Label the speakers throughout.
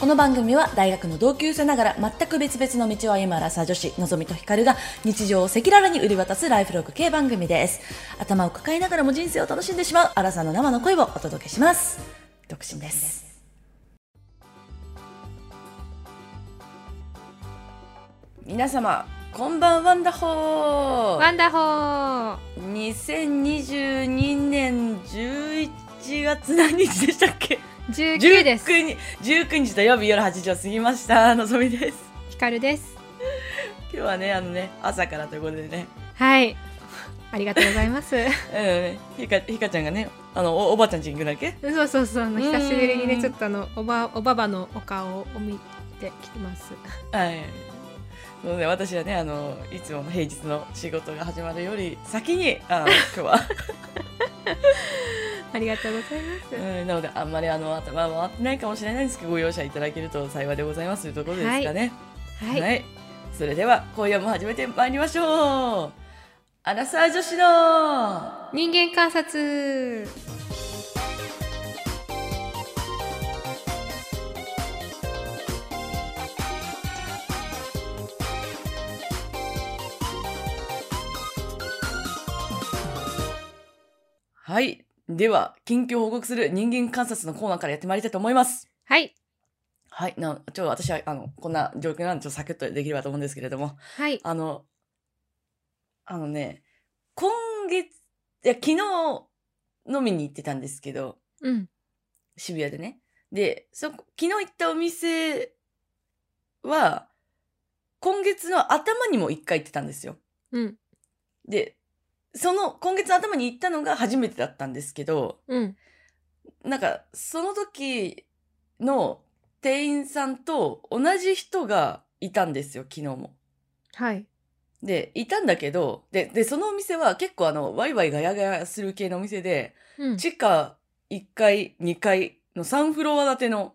Speaker 1: この番組は大学の同級生ながら全く別々の道を歩むアラサー女子のぞみとひかるが日常を赤裸々に売り渡すライフログ系番組です頭を抱えながらも人生を楽しんでしまうアラサーの生の声をお届けします独身です皆様こんばんワンダホー
Speaker 2: ワンダホー
Speaker 1: 2022年11月何日でしたっけ
Speaker 2: 19です
Speaker 1: 19日19日土曜日夜8時を過ぎました のぞみです
Speaker 2: ヒカルです
Speaker 1: 今日はねあのね朝からということでね
Speaker 2: はいありがとうござ います
Speaker 1: うんひかひかちゃんがねあのおおばあちゃんちに行くだっけ
Speaker 2: そうそうそうあの
Speaker 1: うん
Speaker 2: 久しぶりにねちょっとあのおばおばばのお顔を見てきて ます
Speaker 1: はいそうね、私はねあのいつもの平日の仕事が始まるより先にあの 今日は、
Speaker 2: ありがとうございます、
Speaker 1: うん、なのであんまりあの頭は回ってないかもしれないんですけどご容赦いただけると幸いでございますというところですかね
Speaker 2: はい、
Speaker 1: それでは今夜も始めてまいりましょうアラサー女子の
Speaker 2: 人間観察
Speaker 1: はい。では、近況を報告する人間観察のコーナーからやってまいりたいと思います。
Speaker 2: はい
Speaker 1: はい。な、ちょ、私は、あの、こんな状況なんで、ちょっとサクッとできればと思うんですけれども、
Speaker 2: はい
Speaker 1: あの、あのね、今月、いや、昨日、飲みに行ってたんですけど、
Speaker 2: うん
Speaker 1: 渋谷でね。で、そこ、昨日行ったお店は、今月の頭にも一回行ってたんですよ。
Speaker 2: うん
Speaker 1: で、その、今月の頭に行ったのが初めてだったんですけど、
Speaker 2: うん
Speaker 1: なんか、その時の店員さんと同じ人がいたんですよ、昨日も。
Speaker 2: はい
Speaker 1: で、いたんだけど、で、で、そのお店は結構あの、ワイワイガヤガヤする系のお店で、
Speaker 2: うん
Speaker 1: 地下1階、2階の3フロア建ての、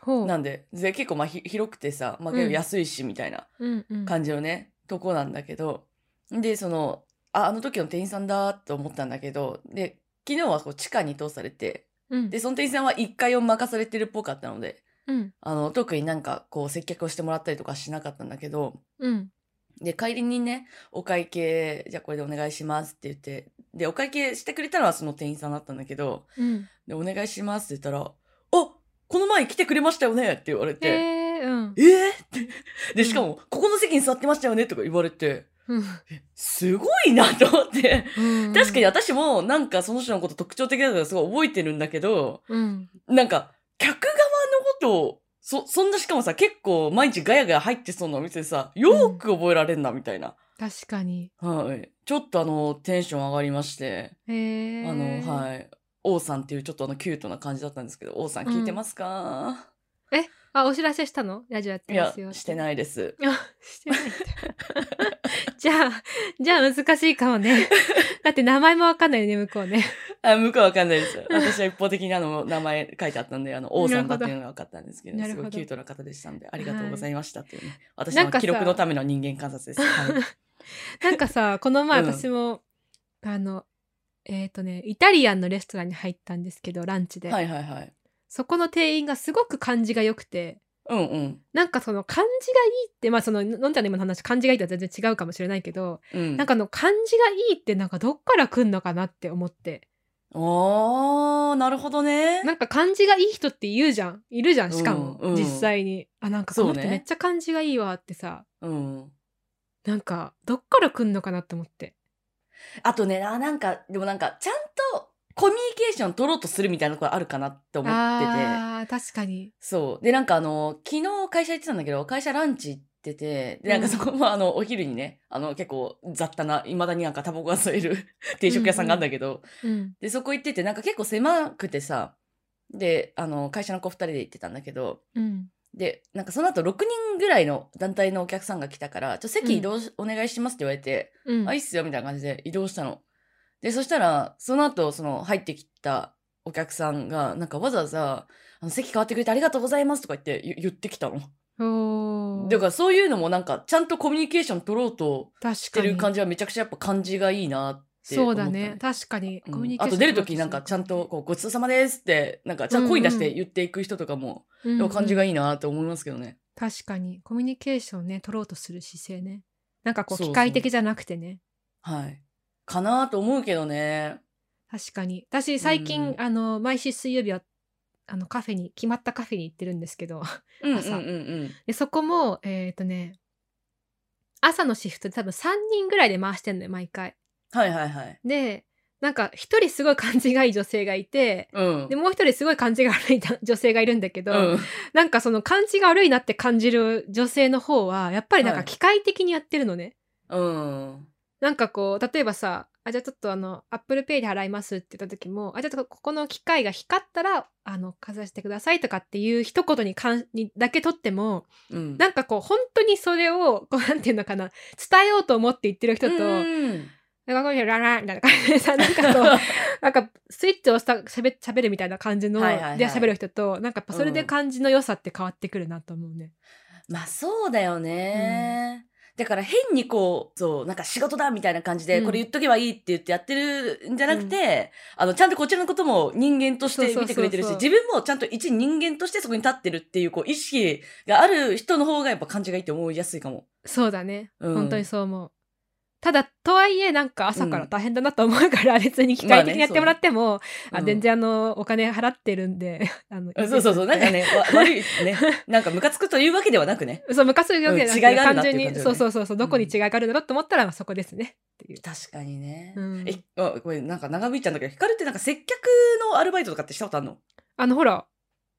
Speaker 2: ほう
Speaker 1: なんで、で、結構まあひ広くてさ、まあ
Speaker 2: うん
Speaker 1: 結構安いし、みたいな
Speaker 2: うんうん
Speaker 1: 感じのね、とこなんだけど、で、その、あ、あの時の店員さんだと思ったんだけど、で、昨日はこう地下に通されて、
Speaker 2: うん
Speaker 1: で、その店員さんは1階を任されてるっぽかったので、
Speaker 2: うん
Speaker 1: あの、特になんかこう接客をしてもらったりとかしなかったんだけど、
Speaker 2: うん
Speaker 1: で、帰りにね、お会計、じゃあこれでお願いしますって言って、で、お会計してくれたのはその店員さんだったんだけど、
Speaker 2: うん
Speaker 1: で、お願いしますって言ったら、あこの前来てくれましたよねって言われ
Speaker 2: え
Speaker 1: て、
Speaker 2: ーうん
Speaker 1: えーって。で、しかも、ここの席に座ってましたよねとか言われて、すごいなと思って。
Speaker 2: うん
Speaker 1: 確かに私もなんかその人のこと特徴的だからすごい覚えてるんだけど、
Speaker 2: うん
Speaker 1: なんか、客側のことを、そ、そんなしかもさ、結構毎日ガヤガヤ入ってそうなお店でさ、よーく覚えられんな、みたいな。
Speaker 2: 確かに
Speaker 1: はい。ちょっとあの、テンション上がりまして、
Speaker 2: えー、
Speaker 1: あの、はい。王さんっていうちょっとあの、キュートな感じだったんですけど、王さん聞いてますか、
Speaker 2: あお知らせしたのラジオやって
Speaker 1: い
Speaker 2: ま
Speaker 1: や
Speaker 2: すよ、
Speaker 1: してないです。
Speaker 2: あ、してないんだ。 じゃあ、じゃあ難しいか もね。だって名前もわかんないよね、向こうね。
Speaker 1: あ、向こうわかんないです。 私は一方的にあの、名前書いてあったんで、あの、王さんだっていうのが分かったんですけど、
Speaker 2: なる
Speaker 1: す
Speaker 2: ほ
Speaker 1: ご
Speaker 2: ど
Speaker 1: いキュートな方でしたんで、ありがとうございましたっていうね。私
Speaker 2: なん
Speaker 1: の
Speaker 2: かさ
Speaker 1: 記録のための人間観察です。はい。
Speaker 2: なんかさ、この前
Speaker 1: うん
Speaker 2: 私も、あの、えっ、とね、イタリアンのレストランに入ったんですけど、ランチで。
Speaker 1: はいはいはい。
Speaker 2: そこの店員がすごく感じが良くて、
Speaker 1: うんうん。
Speaker 2: なんかその感じがいいって、まあその、のんちゃんの今の話、感じがいいとは全然違うかもしれないけど、
Speaker 1: うん。
Speaker 2: なんかあの、感じがいいってなんかどっから来んのかなって思って。
Speaker 1: おー、なるほど ね。
Speaker 2: なんか感じがいい人って言うじゃん。いるじゃん、しかも。
Speaker 1: うんうん
Speaker 2: 実際に。あ、なんかこの人
Speaker 1: そうね
Speaker 2: めっちゃ感じがいいわってさ。
Speaker 1: うん。
Speaker 2: なんか、どっから来んのかなって思って。
Speaker 1: あとね、あ、なんか、でもなんか、ちゃんとコミュニケーション取ろうとするみたいなところあるかなって思ってて。
Speaker 2: あー、確かに。
Speaker 1: そう。で、なんかあの、昨日会社行ってたんだけど、会社ランチ行ってて、で、なんかそこもあの、お昼にね、あの、結構雑多な、未だになんかタバコが吸える 定食屋さんがあるんだけど、
Speaker 2: うん。
Speaker 1: で、そこ行ってて、なんか結構狭くてさ、で、あの、会社の子二人で行ってたんだけど、
Speaker 2: うん。
Speaker 1: で、なんかその後6人ぐらいの団体のお客さんが来たから、ちょ、席移動しお願いしますって言われて、
Speaker 2: うん。
Speaker 1: あ、いいっすよ、みたいな感じで移動したの。で、そしたら、その後、その、入ってきたお客さんが、なんかわざわざ、あの、席変わってくれてありがとうございますとか言って、ゆ言ってきたの。
Speaker 2: おー
Speaker 1: だからそういうのもなんか、ちゃんとコミュニケーション取ろうと
Speaker 2: 確
Speaker 1: してる
Speaker 2: か
Speaker 1: 感
Speaker 2: に。
Speaker 1: じはめちゃくちゃやっぱ感じがいいなっって思
Speaker 2: そ
Speaker 1: っ
Speaker 2: う
Speaker 1: た
Speaker 2: だね。確かに。
Speaker 1: うん
Speaker 2: コミュニケー
Speaker 1: あ
Speaker 2: シ
Speaker 1: と
Speaker 2: ョン
Speaker 1: 出るときなんかちゃんとこうごちそうさまですってなんかちゃんと声に出して言っていく人とかも、
Speaker 2: うんうん、
Speaker 1: でも感じがいいなと思いますけどね。
Speaker 2: 確かに。コミュニケーションね、取ろうとする姿勢ね。なんかこう、
Speaker 1: そうそう
Speaker 2: 機械的じゃなくてね。
Speaker 1: はい。かなと思うけどね。
Speaker 2: 確かに。私、最近、
Speaker 1: うん
Speaker 2: あの、毎週水曜日は、あの、カフェに、決まったカフェに行ってるんですけど、
Speaker 1: うんうんうん
Speaker 2: 朝
Speaker 1: うん。
Speaker 2: でそこも、えっ、とね、朝のシフトで多分3人ぐらいで回してんのよ、毎回。
Speaker 1: はいはいはい。
Speaker 2: で、なんか、一人すごい感じがいい女性がいて、
Speaker 1: うん。
Speaker 2: でもう一人すごい感じが悪いな女性がいるんだけど、
Speaker 1: うん、
Speaker 2: なんかその感じが悪いなって感じる女性の方はやっぱりなんか機械的にやってるのね、
Speaker 1: うん。
Speaker 2: なんかこう例えばさあじゃあちょっとあのアップルペイで払いますって言った時もあじゃあここの機械が光ったらあのかざしてくださいとかっていう一言にかんにだけ取っても
Speaker 1: うん。
Speaker 2: なんかこう本当にそれをこうなんていうのかな伝えようと思って言ってる人と、
Speaker 1: うん
Speaker 2: なんかこういうララみたいな感じでさなんかこうなんかスイッチを押したしゃべしゃべるみたいな感じの、
Speaker 1: はいはいはい
Speaker 2: で喋る人となんかやっぱそれ
Speaker 1: う
Speaker 2: で
Speaker 1: ん
Speaker 2: 感じの良さって変わってくるなと思うね。
Speaker 1: まあそうだよね。だから変にこう、そう、なんか仕事だみたいな感じで、
Speaker 2: うん
Speaker 1: これ言っとけばいいって言ってやってるんじゃなくて、あの、ちゃんとこちらのことも人間として見てくれてるし、
Speaker 2: そうそう
Speaker 1: 自
Speaker 2: そう
Speaker 1: 分もちゃんと一人間としてそこに立ってるっていう、こう、意識がある人の方がやっぱ感じがいいって思いやすいかも。
Speaker 2: そうだね、
Speaker 1: うん
Speaker 2: 本当にそう思う。ただとはいえなんか朝から大変だなと思うから、別に機
Speaker 1: まあ
Speaker 2: 械
Speaker 1: ね
Speaker 2: 的にやってもらっても、あ
Speaker 1: うん
Speaker 2: 全然あのお金払ってるんであの
Speaker 1: うんそうそうそう。なんかね、わ悪い ね。なんかムカつくというわけではなくね。
Speaker 2: そう昔のよう
Speaker 1: うん違いがあるなっていう
Speaker 2: 単純に
Speaker 1: 感じだよね
Speaker 2: そうそうそうそうどこに違いがあるんだろうと思ったら、まあそこですねっていう。
Speaker 1: 確かにね。
Speaker 2: うん
Speaker 1: え、あこれなんか長引いちゃうんだけど、ヒカルってなんか接客のアルバイトとかってしたことあるの
Speaker 2: あのほら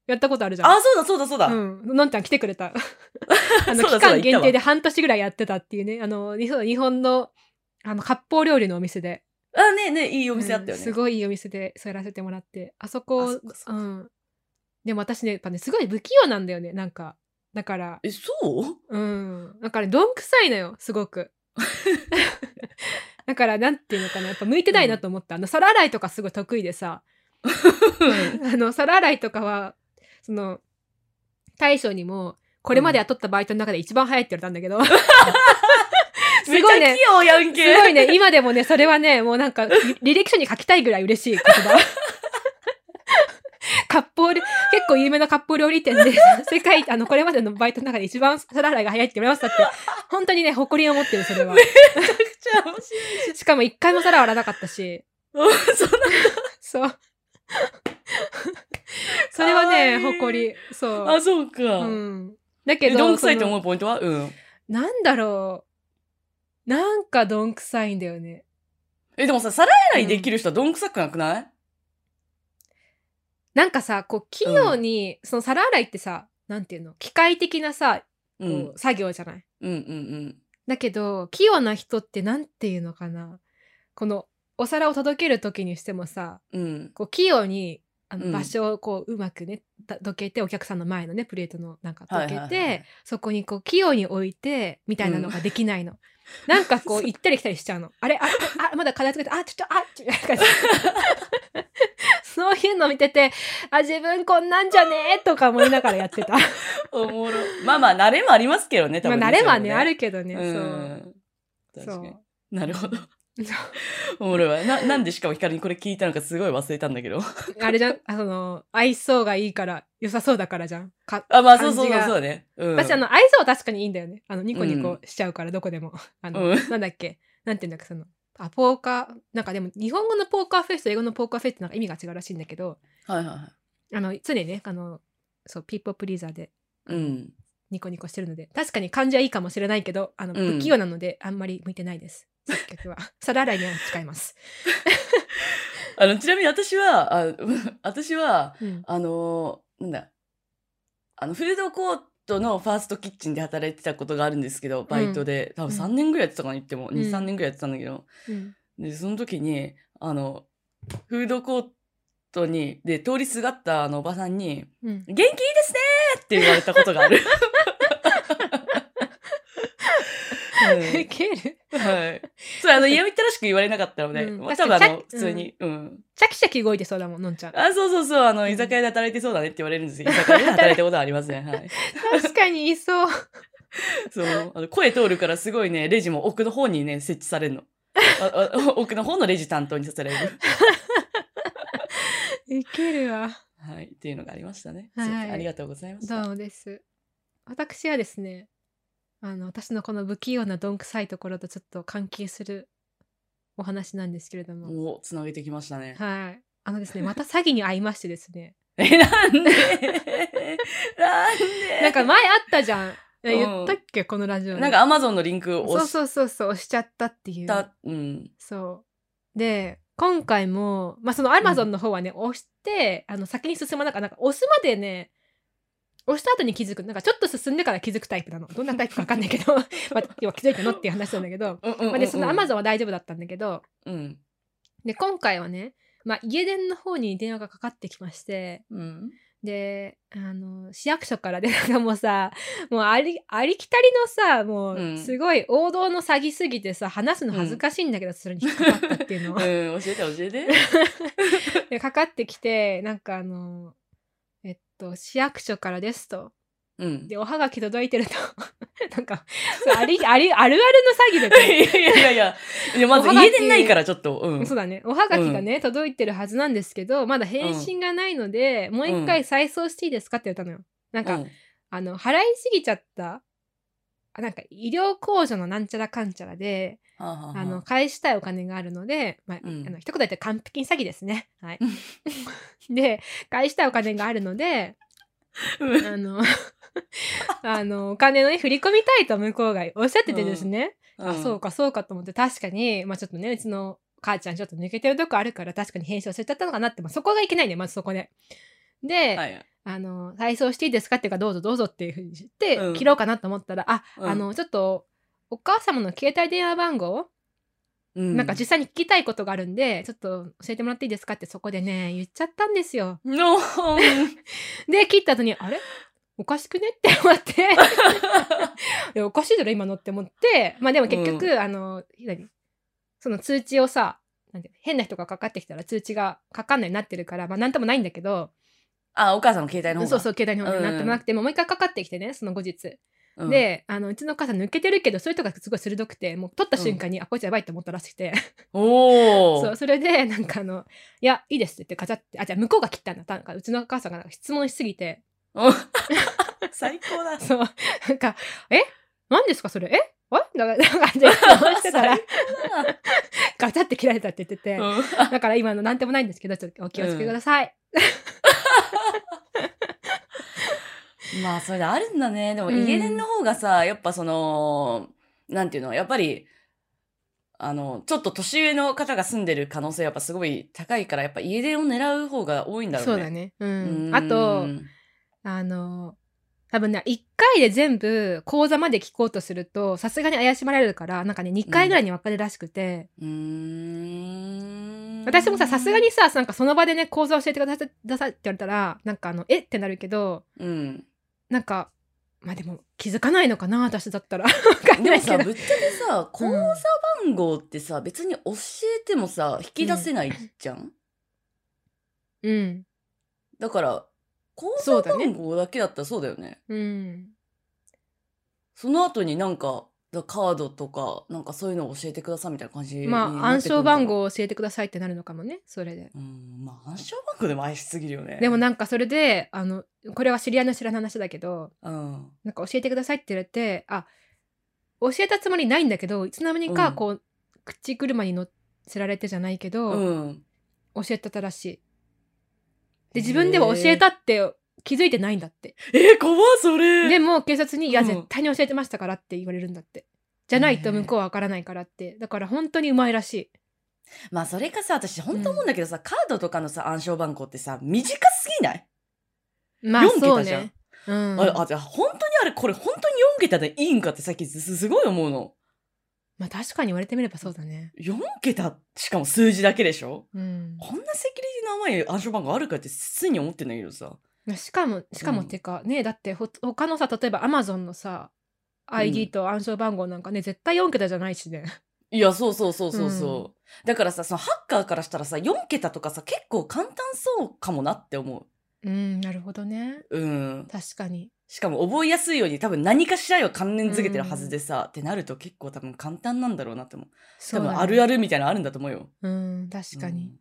Speaker 2: やったことあるじゃん。
Speaker 1: あ、そうだそうだそうだ。
Speaker 2: うん、のんちゃん来てく れた
Speaker 1: そ
Speaker 2: あの
Speaker 1: うだそうだ
Speaker 2: 期
Speaker 1: 言
Speaker 2: 間限
Speaker 1: ったわ
Speaker 2: 定で半年ぐらいやってたっていうねあの日本日本のあの割烹料理のお店で
Speaker 1: あ、ねねいいお店あったよ
Speaker 2: う
Speaker 1: ね。
Speaker 2: んすごいいいお店でそうやらせてもらってあそ
Speaker 1: あそ
Speaker 2: こ
Speaker 1: っかそっか
Speaker 2: うん、でも私ねやっぱねすごい不器用なんだよねなんかだから
Speaker 1: え、そう
Speaker 2: うんだからねどんくさいのよすごく だからなんていうのかなやっぱ向いてないなと思った、あの皿洗いとかすごい得意でさあの皿洗いとかはその大将にもこれまで雇ったバイトの中で一番早いって言われたんだけど、すごい
Speaker 1: めっ
Speaker 2: ね
Speaker 1: ちゃ器用やんけ。
Speaker 2: すごいね、今でもね、それはね、もうなんか、履履歴書に書きたいぐらい嬉しい言葉。 割烹料結構有名な割烹料理店で、 世界、あの、これまでのバイトの中で一番皿洗いが早いって言われましたって、本当にね、誇りを持ってる、それは。
Speaker 1: めちゃくちゃ面白い
Speaker 2: しかも一回も皿洗わなかったし、
Speaker 1: うん。そんな
Speaker 2: そう。それはね、
Speaker 1: かわいい
Speaker 2: 誇り。そう。
Speaker 1: あ、そうか。
Speaker 2: うん。だけ
Speaker 1: え
Speaker 2: ど、
Speaker 1: どんくさいと
Speaker 2: その
Speaker 1: 思うポイントはうん。
Speaker 2: なんだろう。なんかどんくさいんだよね。
Speaker 1: え、でもさ、皿洗いできる人はどんくさくなくない
Speaker 2: なんかさこう器用に、その皿洗いってさなんていうの機械的なさ、
Speaker 1: う
Speaker 2: こ
Speaker 1: ん。
Speaker 2: う
Speaker 1: うん
Speaker 2: 作業じゃない
Speaker 1: うんうん。
Speaker 2: だけど器用な人ってなんていうのかなこのお皿を届ける時にしてもさ
Speaker 1: うん。
Speaker 2: こう器用にあ
Speaker 1: うん
Speaker 2: の場所をこううまくね、だどけてお客さんの前のねプレートのなんかどけて、
Speaker 1: はいはいはい
Speaker 2: そこにこう器用に置いてみたいなのができないの、なんか こう行ったり来たりしちゃうのあれあああまだ片付けてあちょっとあちょっとなんか そういうの見ててあ自分こんなんじゃ ねえとか思いながらやってたま
Speaker 1: おもろ。まあまあ、慣れもありますけどね、 多
Speaker 2: あ
Speaker 1: 分、
Speaker 2: 慣れは
Speaker 1: そ
Speaker 2: ね
Speaker 1: れも
Speaker 2: あるけどね、
Speaker 1: うん。
Speaker 2: そう
Speaker 1: 確
Speaker 2: そ
Speaker 1: か
Speaker 2: う
Speaker 1: に。なるほど。
Speaker 2: そう
Speaker 1: おもろいわ。な、なんでしかもヒカルにこれ聞いたのかすごい忘れたんだけど。
Speaker 2: あれじゃんあその愛想がいいから良さそうだからじゃんか
Speaker 1: あ、まあ、そうそうそ
Speaker 2: 感
Speaker 1: う、
Speaker 2: じが
Speaker 1: そうだね。うん。
Speaker 2: 私あの愛想は確かにいいんだよねあのニコニコしちゃうからどこでも、 あの、
Speaker 1: うん
Speaker 2: なんだっけなんていうんだっけそのあポーカーなんかでも日本語のポーカーフェイスと英語のポーカーフェイスってなんか意味が違うらしいんだけど
Speaker 1: はいはいはい。
Speaker 2: あの常にねあのそうピーポープリーザーで
Speaker 1: うん。
Speaker 2: ニコニコしてるので確かに感じはいいかもしれないけどあの
Speaker 1: うん
Speaker 2: 不器用なのであんまり向いてないです、接客は 皿洗いには使います、
Speaker 1: あの、ちなみに私は、あ 私は、
Speaker 2: うん、
Speaker 1: あのーなんだ、あの、フードコートのファーストキッチンで働いてたことがあるんですけど、バイトで、多分
Speaker 2: うん
Speaker 1: 3年ぐらいやってたかな、言っても、
Speaker 2: う
Speaker 1: 2、
Speaker 2: ん
Speaker 1: 3年ぐらいやってたんだけど、
Speaker 2: うん
Speaker 1: で、その時に、あの、フードコートに、で、通りすがったあのおばさんに、
Speaker 2: うん
Speaker 1: 元気いいですねーって言われたことがあ る。
Speaker 2: いける
Speaker 1: うんはい。それ、あの、嫌みったらしく言われなかったので、
Speaker 2: うん
Speaker 1: まあ、多分あ
Speaker 2: 確か
Speaker 1: の
Speaker 2: に、
Speaker 1: 普通に、うん。
Speaker 2: シャキシャキ動いてそうだもんのんちゃん
Speaker 1: あ、そうそうそう、あの、
Speaker 2: うん
Speaker 1: 居酒屋で働いてそうだねって言われるんですけど、居酒屋で働いたことはありません。 はい。
Speaker 2: 確かにいそう
Speaker 1: そう、あの声通るからすごいね、レジも奥の方にね、設置されるの。あ あ奥の方のレジ担当にさせられる。
Speaker 2: いけるわ。
Speaker 1: はい。っていうのがありましたね。
Speaker 2: はい
Speaker 1: そうありがとうございまし
Speaker 2: どう
Speaker 1: た。
Speaker 2: もです。私はですね、あの、私のこの不器用などんくさいところとちょっと関係するお話なんですけれども。
Speaker 1: もう、つなげてきましたね。
Speaker 2: はい。あのですね、また詐欺に遭いましてです ね。
Speaker 1: え、なんでなんで
Speaker 2: なんか前あったじゃん。
Speaker 1: ん
Speaker 2: 言ったっけこのラジオで
Speaker 1: なんかアマゾンのリンクを
Speaker 2: そう
Speaker 1: 押し
Speaker 2: そうそうそう、押しちゃったっていう。
Speaker 1: た。うん。
Speaker 2: そう。で、今回も、まあ、その Amazon の方はね、押して、あの、先に進まなかった。なんか押すまでね、押した後に気づく。なんかちょっと進んでから気づくタイプなの。どんなタイプかわかんない けど、まあ、要は気づいたのっていう話なんだけど。
Speaker 1: うんうんうんうん
Speaker 2: まあ、で、その Amazon は大丈夫だったんだけど、
Speaker 1: うん。
Speaker 2: で、今回はね、まあ、家電の方に電話がかかってきまして、
Speaker 1: うん。
Speaker 2: で、あの、市役所からで、なんかもうさ、もうあり、ありきたりのさ、も
Speaker 1: うん
Speaker 2: う、すごい王道の詐欺すぎてさ、話すの恥ずかしいんだけど、それに引っかかったっていうの
Speaker 1: うん、 教えて教え て。
Speaker 2: でかかってきてなんかあのえっと市役所からですと
Speaker 1: うん。
Speaker 2: でおはがき届いてると なんかそうありありあるあるの詐欺だ
Speaker 1: いやいやいやいや、いやまず
Speaker 2: おはがき
Speaker 1: 家でないからちょっと、うん。
Speaker 2: そうだねおはがきがね、届いてるはずなんですけどまだ返信がないので、もう一回再送していいですかって言ったのよなんか、
Speaker 1: うん
Speaker 2: あの払いすぎちゃったあなんか医療控除のなんちゃらかんちゃらで、
Speaker 1: はあはあはあ
Speaker 2: あの返したいお金があるので、まあ
Speaker 1: うん
Speaker 2: あの一言言って完璧に詐欺ですね。はい、 で返したいお金があるので
Speaker 1: うん
Speaker 2: あの あのお金の、ね、振り込みたいと向こうがおっしゃっててですね、あそうかそうかと思って確かに、まあ、ちょっとねうちの母ちゃんちょっと抜けてるとこあるから確かに返信忘れちゃったのかなって、まあ、そこがいけないんだよまずそこで。で、
Speaker 1: はい
Speaker 2: あの「再送していいですか?」っていうから「どうぞどうぞ」っていうふうにして、
Speaker 1: うん
Speaker 2: 切ろうかなと思ったら「あ、
Speaker 1: うん
Speaker 2: あのちょっとお母様の携帯電話番号
Speaker 1: う
Speaker 2: なんか実際に聞きたいことがあるんで、ちょっと教えてもらっていいですかってそこでね、言っちゃったんですよ。
Speaker 1: の
Speaker 2: で、切った後に、あれおかしくねって思って、いやおかしいだろ今のって思って、まあでも結局、あの、何その通知をさ、なんて変な人がかかってきたら通知がかかんないようになってるから、まあなんともないんだけど、
Speaker 1: あ、お母さんの携帯の
Speaker 2: そう
Speaker 1: 方
Speaker 2: そう、
Speaker 1: う
Speaker 2: 携帯の方になってもなくて、もう一回かかってきてね、その後日。
Speaker 1: そ、
Speaker 2: で、あの、うちの母さん抜けてるけど、そういう人がすごい鋭くて、もう取った瞬間に、あ、こいつやばいって思ったらしくて。
Speaker 1: うん。おお。
Speaker 2: そう、それで、なんかあの、いや、いいですって言って、ガチャって、あ、じゃあ向こうが切ったんだ。なんかうちのお母さんがなんか質問しすぎて、
Speaker 1: うん。 最高だ。
Speaker 2: そう、なんか、え何ですかそれえあれなんか、なんか、 質問してたら、 ガチャって切られたって言ってて、
Speaker 1: うん
Speaker 2: だから今のなんでもないんですけど、ちょっとお気をつけください。
Speaker 1: まあ、それであるんだね。でも、
Speaker 2: うん
Speaker 1: 家電の方がさ、やっぱその、なんていうの、やっぱり、あの、ちょっと年上の方が住んでる可能性やっぱすごい高いから、やっぱ家電を狙う方が多いんだろうね。
Speaker 2: そうだね。う。
Speaker 1: うんん。
Speaker 2: あと、あの、多分ね、1回で全部講座まで聞こうとすると、さすがに怪しまれるから、なんかね、2回ぐらいに分かるらしくて、
Speaker 1: うーん。
Speaker 2: 私もささすがにさなんかその場でね講座教えてくださいくださいって言われたらなんかあのえってなるけど
Speaker 1: うん。
Speaker 2: なんかまあでも気づかないのかな私だったら わかん
Speaker 1: で
Speaker 2: ない
Speaker 1: も
Speaker 2: け
Speaker 1: さ、
Speaker 2: ど
Speaker 1: ぶっちゃけさ、口座番号ってさ、別に教えてもさ、引き出せないじゃん、
Speaker 2: うん
Speaker 1: だから、口
Speaker 2: そ
Speaker 1: 座
Speaker 2: うだね
Speaker 1: 番号だけだったらそうだよね。
Speaker 2: うん
Speaker 1: その後になんか、だカードとか、なんかそういうのを教えてくださいみたいな感じになってくるの
Speaker 2: ま
Speaker 1: か
Speaker 2: あ
Speaker 1: な
Speaker 2: 暗証番。号を教えてくださいってなるのかもねそれで
Speaker 1: うん、まあ暗証番号でも怪しすぎるよね。
Speaker 2: でも、なんかそれであのこれは知り合いの知らない話だけど
Speaker 1: うん。
Speaker 2: なんか教えてくださいって言われてあ教えたつもりないんだけどいつの間にか
Speaker 1: うん
Speaker 2: こう、口車に乗せられてじゃないけど、
Speaker 1: うん。
Speaker 2: 教えてたらしいで自分では教えたって気づいてないん だって
Speaker 1: えー、怖っそれ。
Speaker 2: でも警察に「いや
Speaker 1: うん
Speaker 2: 絶対に教えてましたから」って言われるんだってじゃないと向こうはわからないからってだから本当にうまいらしい
Speaker 1: まあそれかさ、私本当思うんだけどさ、カードとかのさ、暗証番号ってさ、短すぎない、
Speaker 2: まあ
Speaker 1: 四桁
Speaker 2: そう
Speaker 1: じゃん
Speaker 2: ねうん
Speaker 1: あれ、あ、じゃあ本当にあれ、これ本当に4桁でいいんかってさっきすすごい思うの。
Speaker 2: まあ確かに言われてみればそうだね
Speaker 1: 4桁、しかも数字だけでしょ
Speaker 2: うん
Speaker 1: こんなセキュリティの甘い暗証番号あるかって常に思ってんだけどさ。
Speaker 2: しかもしかも
Speaker 1: うん
Speaker 2: ってかねだってほ他のさ例えばアマゾンのさ
Speaker 1: ん
Speaker 2: ID と暗証番号なんかね絶対4桁じゃないしね
Speaker 1: いや、そうそうそうそうそう。
Speaker 2: う
Speaker 1: だからさ、そのハッカーからしたらさ、4桁とかさ、結構簡単そうかもなって思う。
Speaker 2: うんなるほどね
Speaker 1: うん。
Speaker 2: 確かに
Speaker 1: しかも覚えやすいように多分何かしらは関連づけてるはずでさ、ってなると結構多分簡単なんだろうなって思う。
Speaker 2: そ
Speaker 1: 多
Speaker 2: う
Speaker 1: 分
Speaker 2: だね
Speaker 1: あるあるみたいなのあるんだと思うよ。
Speaker 2: うん確かに、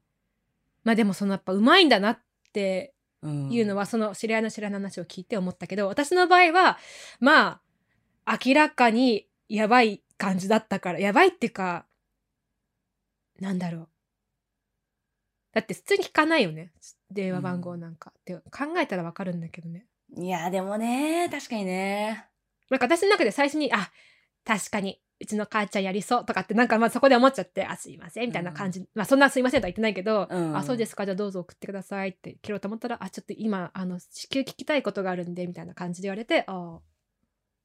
Speaker 2: まあでもそのやっぱうまいんだなって
Speaker 1: うん。うん
Speaker 2: いうのはその知り合いの知らない話を聞いて思ったけど私の場合はまあ明らかにやばい感じだったからやばいっていうかなんだろうだって普通に聞かないよね電話番号なんか、って考えたらわかるんだけどね
Speaker 1: いや、でもね、確かにね。
Speaker 2: なんか私の中で最初にあ確かにうちの母ちゃんやりそうとかってなんかまあそこで思っちゃってあすいませんみたいな感じ、まあそんなすいませんとは言ってないけど、
Speaker 1: うん
Speaker 2: あそうですかじゃあどうぞ送ってくださいって切ろうと思ったらあちょっと今あの至急聞きたいことがあるんでみたいな感じで言われてああ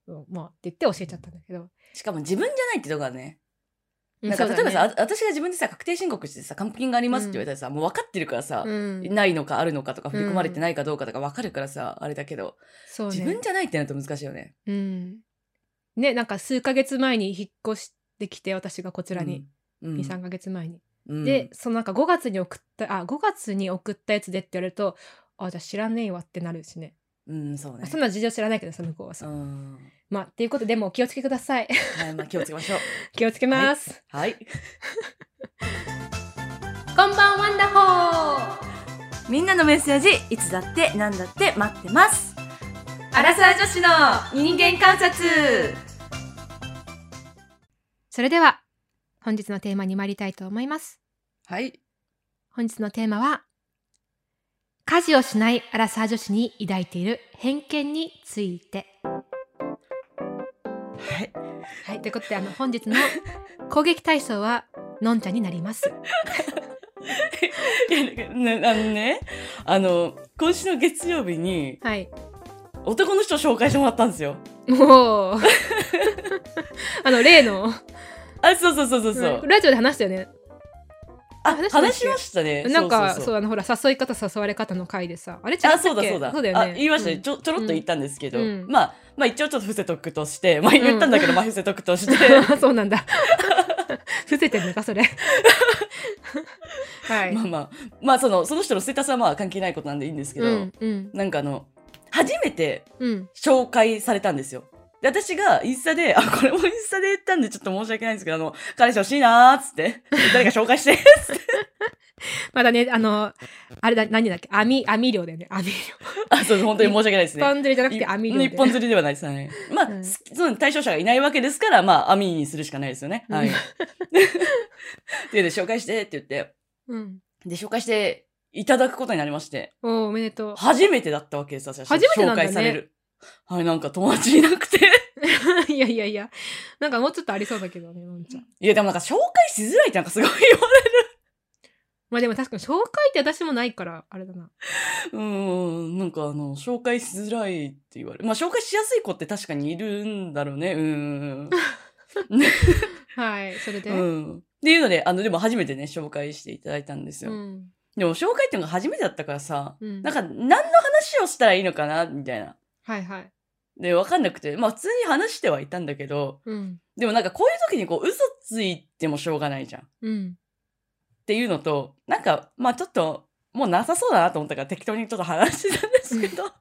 Speaker 2: うんまあって言って教えちゃったんだけど、
Speaker 1: しかも自分じゃないってとこがね。
Speaker 2: うん
Speaker 1: なんか
Speaker 2: そう
Speaker 1: 例
Speaker 2: だ
Speaker 1: えば
Speaker 2: ね
Speaker 1: さ、あ私が自分でさ、確定申告してさ、還付金がありますって言われたらさ、もう分かってるからさ、
Speaker 2: うん、
Speaker 1: ないのかあるのかとか、振り込まれてないかどうかとか分かるからさ、あれだけど、
Speaker 2: そうね
Speaker 1: 自分じゃないってなると難しいよね。
Speaker 2: うんねなんか数ヶ月前に引っ越してきて私がこちらに、
Speaker 1: うん、うん
Speaker 2: 23ヶ月前に、
Speaker 1: うん
Speaker 2: でそのなんか5月に送ったあ5月に送ったやつでって言われるとあじゃあ知らねえわってなるしね
Speaker 1: うん、そうね。
Speaker 2: そんな事情知らないけどさ向こうはさ、
Speaker 1: うん。
Speaker 2: まあっていうことでもう気をつけください
Speaker 1: はい、まあ気をつけましょう。
Speaker 2: 気をつけます、
Speaker 1: はい。
Speaker 2: こんばんワンダホー
Speaker 1: みんなのメッセージ、いつだって何だって待ってます。
Speaker 2: アラサー女子の
Speaker 1: 人間観察
Speaker 2: それでは本日のテーマに参りたいと思います
Speaker 1: はい。
Speaker 2: 本日のテーマは家事をしないアラサー女子に抱いている偏見について
Speaker 1: はい。
Speaker 2: はいということであの本日の攻撃対象はのんちゃんにな ります
Speaker 1: いやなんかねあのね、あの、今週の月曜日に
Speaker 2: はい
Speaker 1: 男の人を紹介してもらったんですよ。
Speaker 2: もうあの例の
Speaker 1: あ、そうそうそうそうそう。
Speaker 2: ラジオで話したよね
Speaker 1: あ、
Speaker 2: 話し
Speaker 1: 話
Speaker 2: ましたっ
Speaker 1: しま
Speaker 2: け
Speaker 1: したね。
Speaker 2: なん
Speaker 1: そ
Speaker 2: かそうう
Speaker 1: そうそう
Speaker 2: あのほら誘い方誘われ方の回でさあれ違ったっ
Speaker 1: あ、
Speaker 2: け
Speaker 1: そうだそうだ。
Speaker 2: そうだよね
Speaker 1: あ、言いましたね。
Speaker 2: うん
Speaker 1: ちょ、ちょろっと言ったんですけど、
Speaker 2: うん
Speaker 1: まあ、まあ一応ちょっと伏せとくとして、まあ言ったんだけど、まあ伏せとくと して、
Speaker 2: そうなんだ。伏せてるのか、それ。はい。
Speaker 1: まあまあ、まあその、その人のステータスはまあ関係ないことなんでいいんですけど、
Speaker 2: うん、うん、
Speaker 1: なんかあの、初めて
Speaker 2: うん。
Speaker 1: 紹介されたんですよ。で、私がインスタで、あ、これもインスタで言ったんでちょっと申し訳ないんですけど、あの、彼氏欲しいなーっつって、誰か紹介 して。
Speaker 2: まだね、あの、あれだ、何だっけ、網、網漁だよね、網漁。
Speaker 1: あ、そうです、本当に申し訳ないです
Speaker 2: 一
Speaker 1: ね。
Speaker 2: 本釣りじゃなく
Speaker 1: い
Speaker 2: て網漁で。
Speaker 1: 日本釣りではないですね。まあ、
Speaker 2: うん
Speaker 1: すその対象者がいないわけですから、まあ、網にするしかないですよね。はい。
Speaker 2: うん
Speaker 1: で、で紹介してって言って、
Speaker 2: うん。
Speaker 1: で、紹介していただくことになりまして、
Speaker 2: おーおめでとう。
Speaker 1: 初めてだったわけですよ、私
Speaker 2: 初めてなんだね
Speaker 1: 紹介される。はい、なんか友達いなくて。
Speaker 2: いやいやいや、なんかもうちょっとありそうだけどね、のんちゃん。
Speaker 1: いや、でもなんか紹介しづらいってなんかすごい言わ
Speaker 2: まあでも確かに紹介って私もないから、あれだな。
Speaker 1: うーん、なんかあの、紹介しづらいって言われる。まあ、紹介しやすい子って確かにいるんだろうね。うー ん。
Speaker 2: はい、それで。
Speaker 1: う
Speaker 2: うん。
Speaker 1: ん。っていうので、あの、でも初めてね、紹介していただいたんですよ。
Speaker 2: うん。
Speaker 1: でも、紹介っていうのが初めてだったからさ、なんか、
Speaker 2: か、
Speaker 1: 何の話をしたらいいのかな、みたいな。
Speaker 2: はいはい。
Speaker 1: で、わかんなくて、まあ、普通に話してはいたんだけど、
Speaker 2: うん。
Speaker 1: でもなんか、こういう時にこう、嘘ついてもしょうがないじゃん。っ
Speaker 2: うん。
Speaker 1: ていうのと、なんか、まあ、ちょっと、もうなさそうだなと思ったから適当にちょっと話してたんですけど。っ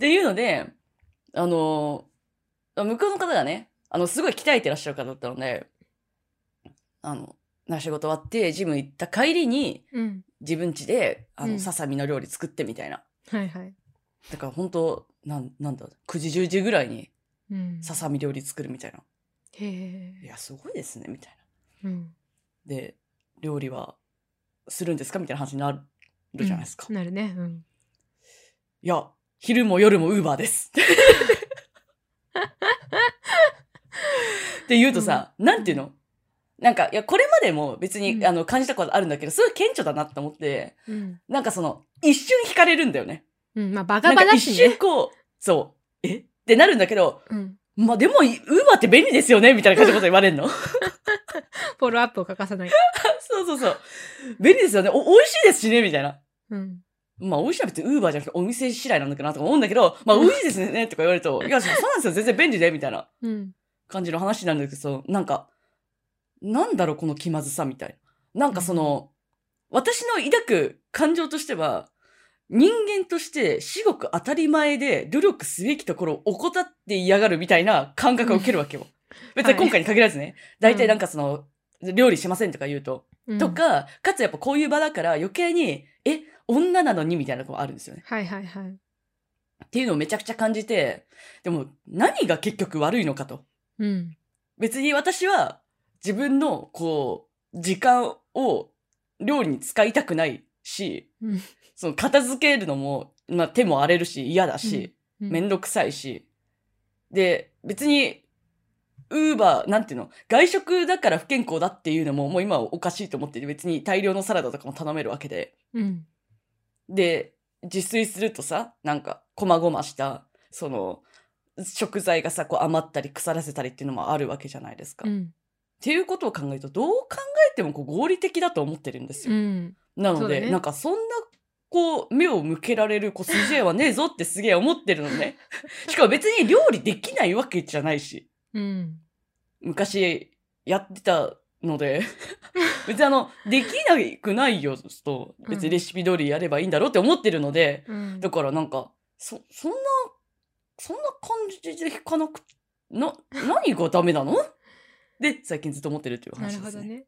Speaker 1: ていうので、あの、向こうの方がね、あの、すごい鍛えてらっしゃる方だったので、あの、なんか仕事終わって、ジム行った帰りに、
Speaker 2: うん。
Speaker 1: 自分家で、あ
Speaker 2: う
Speaker 1: の、
Speaker 2: ん
Speaker 1: ささみの料理作ってみたいな。
Speaker 2: はいはい。
Speaker 1: だから本当なん、なんだ、9時10時ぐらいに、
Speaker 2: うん。
Speaker 1: ささみ料理作るみたいな。
Speaker 2: へ
Speaker 1: い
Speaker 2: え。
Speaker 1: や、すごいですね、みたい
Speaker 2: うん。
Speaker 1: な。で、料理は、するんですかみたいな話になるじゃないですか。
Speaker 2: うんなるね。うん。
Speaker 1: いや、昼も夜もウーバーです。って言うとさ、なんていうのなんか、いや、これまでも別に、
Speaker 2: うん
Speaker 1: あの、感じたことあるんだけど、すごい顕著だなって思って、
Speaker 2: うん。
Speaker 1: なんかその、一瞬惹かれるんだよね。
Speaker 2: うん、まあ、バ
Speaker 1: な
Speaker 2: カ
Speaker 1: んか
Speaker 2: バカ
Speaker 1: 一
Speaker 2: しい
Speaker 1: 瞬
Speaker 2: ね。
Speaker 1: こう、そう、えってなるんだけど、
Speaker 2: うん。
Speaker 1: まあでも、ウーバーって便利ですよねみたいな感じのこと言われる の。
Speaker 2: フォローアップを欠かさない。
Speaker 1: そうそうそう。便利ですよね。お、美味しいですしねみたいな。
Speaker 2: うん。
Speaker 1: まあ、美味しいのは別にウーバーじゃなくてお店次第なんだけどなとか思うんだけど、まあ、美味しいですねとか言われると、いや、そうなんですよ。全然便利で、みたいな
Speaker 2: うん。
Speaker 1: 感じの話なんだけど、そうなんか、なんだろう、この気まずさみたいな。なんかその、私の抱く感情としては、人間として至極当たり前で努力すべきところを怠って嫌がるみたいな感覚を受けるわけよ。別に今回に限らずね、大体なんかその、料理しませんとか言うと。
Speaker 2: うん
Speaker 1: とか、かつやっぱこういう場だから余計に、え、女なのにみたいなのもあるんですよね。
Speaker 2: はいはいはい
Speaker 1: っていうのをめちゃくちゃ感じて、でも何が結局悪いのかと。
Speaker 2: うん
Speaker 1: 別に私は自分のこう、時間を料理に使いたくないし、
Speaker 2: うん
Speaker 1: その片付けるのも、まあ、手も荒れるし嫌だし、
Speaker 2: うん
Speaker 1: めんどくさいし。で、別に、ウーバー、なんていうの、外食だから不健康だっていうのももう今はおかしいと思ってて、別に大量のサラダとかも頼めるわけで。
Speaker 2: うん
Speaker 1: で自炊するとさなんか細々したその食材がさこう余ったり腐らせたりっていうのもあるわけじゃないですか。
Speaker 2: う
Speaker 1: っ
Speaker 2: ん
Speaker 1: ていうことを考えるとどう考えてもこう合理的だと思ってるんです
Speaker 2: う
Speaker 1: よ。
Speaker 2: ん
Speaker 1: なの
Speaker 2: そうだ
Speaker 1: で、
Speaker 2: ね
Speaker 1: なんかそんなこう目を向けられるこう筋合いはねえぞってすげえ思ってるの ね。しかも別に料理できないわけじゃないし
Speaker 2: うん
Speaker 1: 昔やってたの で別にあのできなくないよと別にレシピ通りやればいいんだろうって思ってるので。
Speaker 2: うん
Speaker 1: だからなんか、そ、そんな、そんな感じで弾かなく、な、何がダメなので、最近ずっと思ってるっていう
Speaker 2: な
Speaker 1: 話
Speaker 2: る
Speaker 1: で
Speaker 2: ほ
Speaker 1: す
Speaker 2: ど
Speaker 1: ね。
Speaker 2: ね。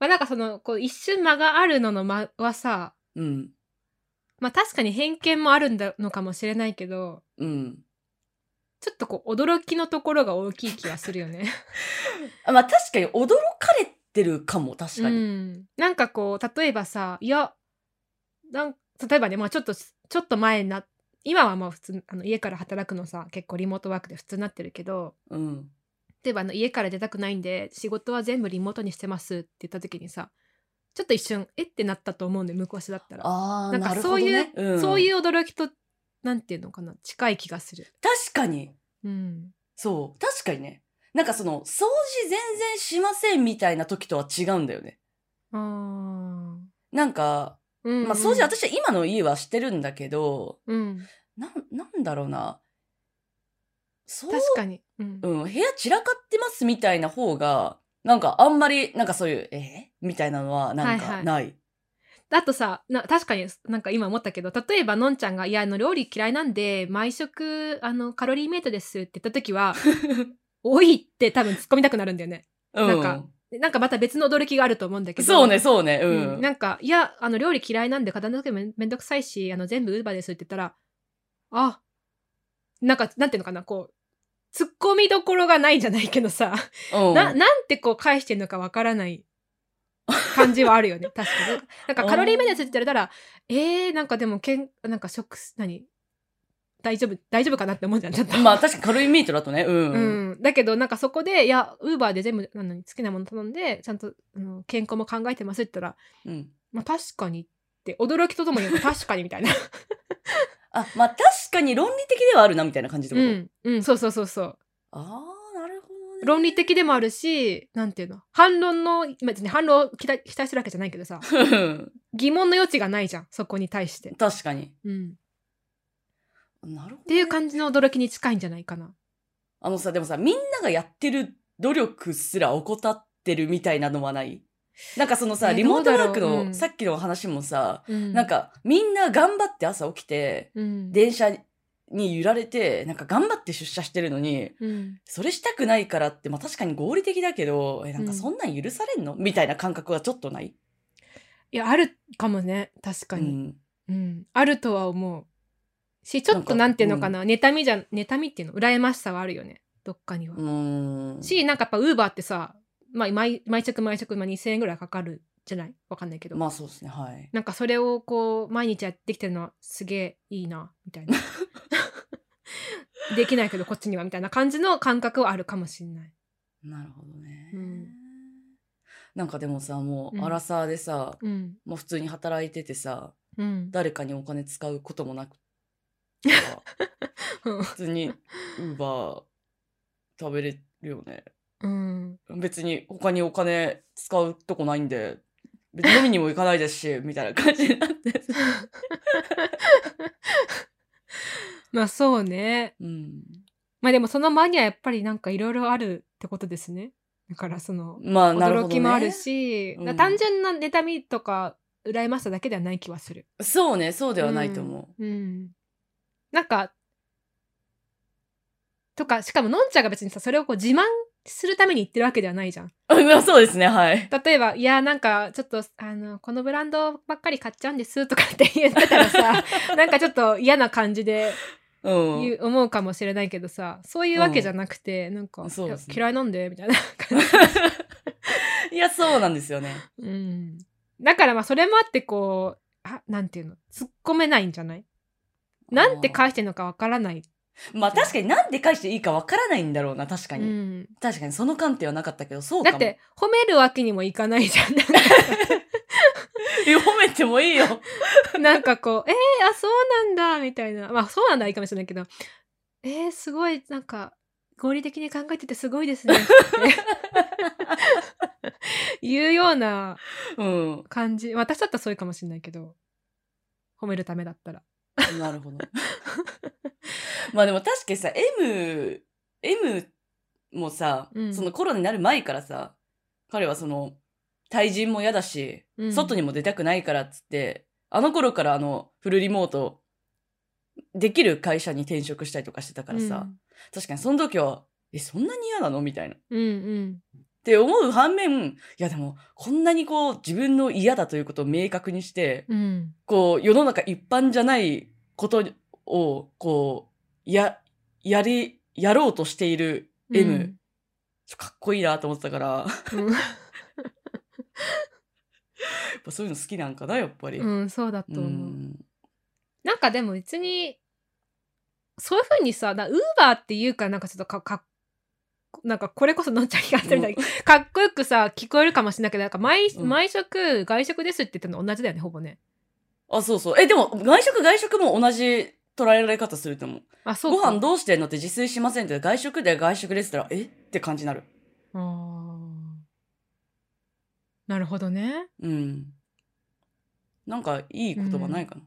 Speaker 2: まあなんかそのこう一瞬間があるのの間はさ
Speaker 1: うん。
Speaker 2: まあ確かに偏見もあるんだのかもしれないけど
Speaker 1: うん。
Speaker 2: ちょっとこう驚きのところが大きい気がするよね。
Speaker 1: あまあ確かに驚かれてるかも、確か
Speaker 2: う
Speaker 1: に。
Speaker 2: ん、なんかこう例えばさいやなん例えばね、まあ、ちょっとちょっと前にな今はもう普通あの家から働くのさ結構リモートワークで普通になってるけど
Speaker 1: うん。
Speaker 2: 例えばあの家から出たくないんで仕事は全部リモートにしてますって言った時にさちょっと一瞬えってなったと思うんで昔だったら、
Speaker 1: ああ、
Speaker 2: なん
Speaker 1: な
Speaker 2: か
Speaker 1: る
Speaker 2: そ
Speaker 1: ほ
Speaker 2: う
Speaker 1: ど
Speaker 2: いう、
Speaker 1: ね。うん
Speaker 2: そういう驚きとなんていうのかな近い気がする。
Speaker 1: 確かに。
Speaker 2: うん、
Speaker 1: そう。確かにね。なんかその、掃除全然しませんみたいな時とは違うんだよね。
Speaker 2: あー
Speaker 1: なんか、
Speaker 2: うん
Speaker 1: まあ掃除、私は今の家はしてるんだけど、
Speaker 2: うん、
Speaker 1: なん、なんだろうな。そう
Speaker 2: 確かに、うん
Speaker 1: うん、部屋散らかってますみたいな方が、なんかあんまり、なんかそういう、えみたいなのはなん
Speaker 2: はいは
Speaker 1: か
Speaker 2: い
Speaker 1: ない。
Speaker 2: あとさな確かになんか今思ったけど例えばのんちゃんが「いやあの料理嫌いなんで毎食あのカロリーメイトです」って言った時 は「多い」って多分突っ込みたくなるんだよね。
Speaker 1: うん。
Speaker 2: なんでなんかまた別の驚きがあると思うんだけど
Speaker 1: そうね、そうね、う。
Speaker 2: うんんなんか「いやあの料理嫌いなんで片付けめんめんどくさいしあの全部ウーバーです」って言ったら「あなんかなんていうのかなこう突っ込みどころがないじゃないけどさ、
Speaker 1: うん
Speaker 2: ななんてこう返してんのかわからない感じはあ るよね確かになんかカロリーメイトですって言われたらえー、なんかでもけんなんか食何大丈夫大丈夫かなって思うじゃんちょっと、
Speaker 1: まあ確かに軽いミートだとね、うん。
Speaker 2: うん、だけどなんかそこでいやウーバーで全部なのに好きなもの頼んでちゃんと、うん、健康も考えてますって言ったら、
Speaker 1: うん
Speaker 2: まあ、確かにって驚きとともに 確かにみたいな
Speaker 1: あ、まあ確かに論理的ではあるな、みたいな感じって
Speaker 2: う
Speaker 1: こと。
Speaker 2: ん、うん、そうそうそうそう
Speaker 1: ああ、なるほどね。
Speaker 2: 論理的 でもあるしなんていうの反論のまあ別に反論を期待期待してるわけじゃないけどさ疑問の余地がないじゃんそこに対して。
Speaker 1: 確かに。
Speaker 2: うん、
Speaker 1: なるほど
Speaker 2: って
Speaker 1: ね、
Speaker 2: いう感じの驚きに近いんじゃないかな。
Speaker 1: あのさ、でもさ、みんながやってる努力すら怠ってるみたいなのはないなんかそのさ、
Speaker 2: え
Speaker 1: リモートワーク
Speaker 2: どうだろ
Speaker 1: の、
Speaker 2: ううん
Speaker 1: さっきの話もさ、
Speaker 2: うん
Speaker 1: なん、かみんな頑張って朝起きて、
Speaker 2: うん、
Speaker 1: 電車に揺られて、なんか頑張って出社してるのに、
Speaker 2: うん、
Speaker 1: それしたくないからって、まあ確かに合理的だけど、え、なんかそんなん許されんの、みたいな感覚はちょっとない
Speaker 2: いやあるかもね確か
Speaker 1: う
Speaker 2: に、
Speaker 1: ん。
Speaker 2: うんあるとは思うしちょっと
Speaker 1: な
Speaker 2: なん
Speaker 1: か
Speaker 2: んていうのかな妬みじゃ妬みっていうの羨ましさはあるよねどっかには。
Speaker 1: うーん。
Speaker 2: しなんかやっぱウーバーってさ、まあ、毎毎食毎食、まあ、2,000円ぐらいかかるじゃないわかんないけど、
Speaker 1: まあそうですね、はい。
Speaker 2: なんかそれをこう毎日やってきてるのはすげえいいなみた いなできないけどこっちにはみたいな感じの感覚はあるかもしれない。
Speaker 1: なるほどね。
Speaker 2: うん
Speaker 1: なんかでもさ、も
Speaker 2: う
Speaker 1: う、
Speaker 2: ん
Speaker 1: アラサーでさ、
Speaker 2: うん
Speaker 1: もう普通に働いててさ、
Speaker 2: うん、
Speaker 1: 誰かにお金使うこともなく、
Speaker 2: うん
Speaker 1: 普通に、ウーバー食べれるよね。
Speaker 2: うん、
Speaker 1: 別に他にお金使うとこないんで、別に飲みにも行かないですし、みたいな感じになって。
Speaker 2: まあそうね
Speaker 1: うん。
Speaker 2: まあでもその間にはやっぱりなんかいろいろあるってことですねだからその
Speaker 1: まあ、なるほど、
Speaker 2: 驚
Speaker 1: ね。
Speaker 2: きもあるし、
Speaker 1: うん
Speaker 2: 単純な妬みとか羨ましさだけではない気はする。
Speaker 1: そうね、そうではないと思う。
Speaker 2: うん、なんかとかしかものんちゃんが別にさそれをこう自慢するために言ってるわけではないじゃん。
Speaker 1: あそうですね、はい。
Speaker 2: 例えば「いやなんかちょっとあのこのブランドばっかり買っちゃうんです」とかって言ってたらさなんかちょっと嫌な感じで
Speaker 1: うん。
Speaker 2: 言う思うかもしれないけどさそういうわけじゃなくて、なんか、
Speaker 1: そう
Speaker 2: い
Speaker 1: で
Speaker 2: や
Speaker 1: すね
Speaker 2: 嫌いなんでみたいな感じ、
Speaker 1: いや、そうなんですよね。
Speaker 2: うん、だからまあそれもあってこうあなんていうの突っ込めないんじゃないなんて返してるのかわからない、
Speaker 1: まあ確かになんで返していいかわからないんだろうな、確か
Speaker 2: う
Speaker 1: に。
Speaker 2: ん、
Speaker 1: 確かに、その観点はなかったけど、そうかも。
Speaker 2: だって、褒めるわけにもいかないじゃ んなんか
Speaker 1: いや 褒めてもいいよ。
Speaker 2: なんかこう、えー、あ、そうなんだ、みたいな。まあ、そうなんだはいいかもしれないけど、えー、すごい、なんか、合理的に考えててすごいですね。 っていうような
Speaker 1: うん。
Speaker 2: 感じ。私だったらそういうかもしれないけど、褒めるためだったら。
Speaker 1: なるほど。 まあでも確かにさ、M、M もさ、
Speaker 2: うん
Speaker 1: そのコロナになる前からさ、彼はその、対人も嫌だし、
Speaker 2: うん
Speaker 1: 外にも出たくないからっつって、あの頃からあの、フルリモート、できる会社に転職したりとかしてたからさ、確かにその時は、え、そんなに嫌なのみたいな。っ
Speaker 2: うん、うん
Speaker 1: て思う反面、いやでも、こんなにこう、自分の嫌だということを明確にして、
Speaker 2: うん、うん。
Speaker 1: こう、世の中一般じゃないことを、こう、や、やり、やろうとしている M、かっこいいなと思ってたから、や
Speaker 2: うん。
Speaker 1: っぱそういうの好きなんかな、やっぱり。
Speaker 2: うん、うんそうだと
Speaker 1: う
Speaker 2: 思う。
Speaker 1: ん
Speaker 2: なんかでも別にそういう風にさウーバーっていうかなんかちょっとかかっなんかこれこそのんちゃんがってみたいに かっこよくさ聞こえるかもしれないけどなんか毎,、
Speaker 1: うん
Speaker 2: 毎食外食ですって言ったの同じだよねほぼね。
Speaker 1: あ、そうそう。え、でも、外食外食も同じ捉えられ方すると思う。
Speaker 2: あそう
Speaker 1: ご
Speaker 2: か
Speaker 1: 飯どうしてんのって自炊しませんって、外食で外食ですって言ったら、えって感じになる。
Speaker 2: あーなるほどね。
Speaker 1: うん。なんか、いい言葉ないかな。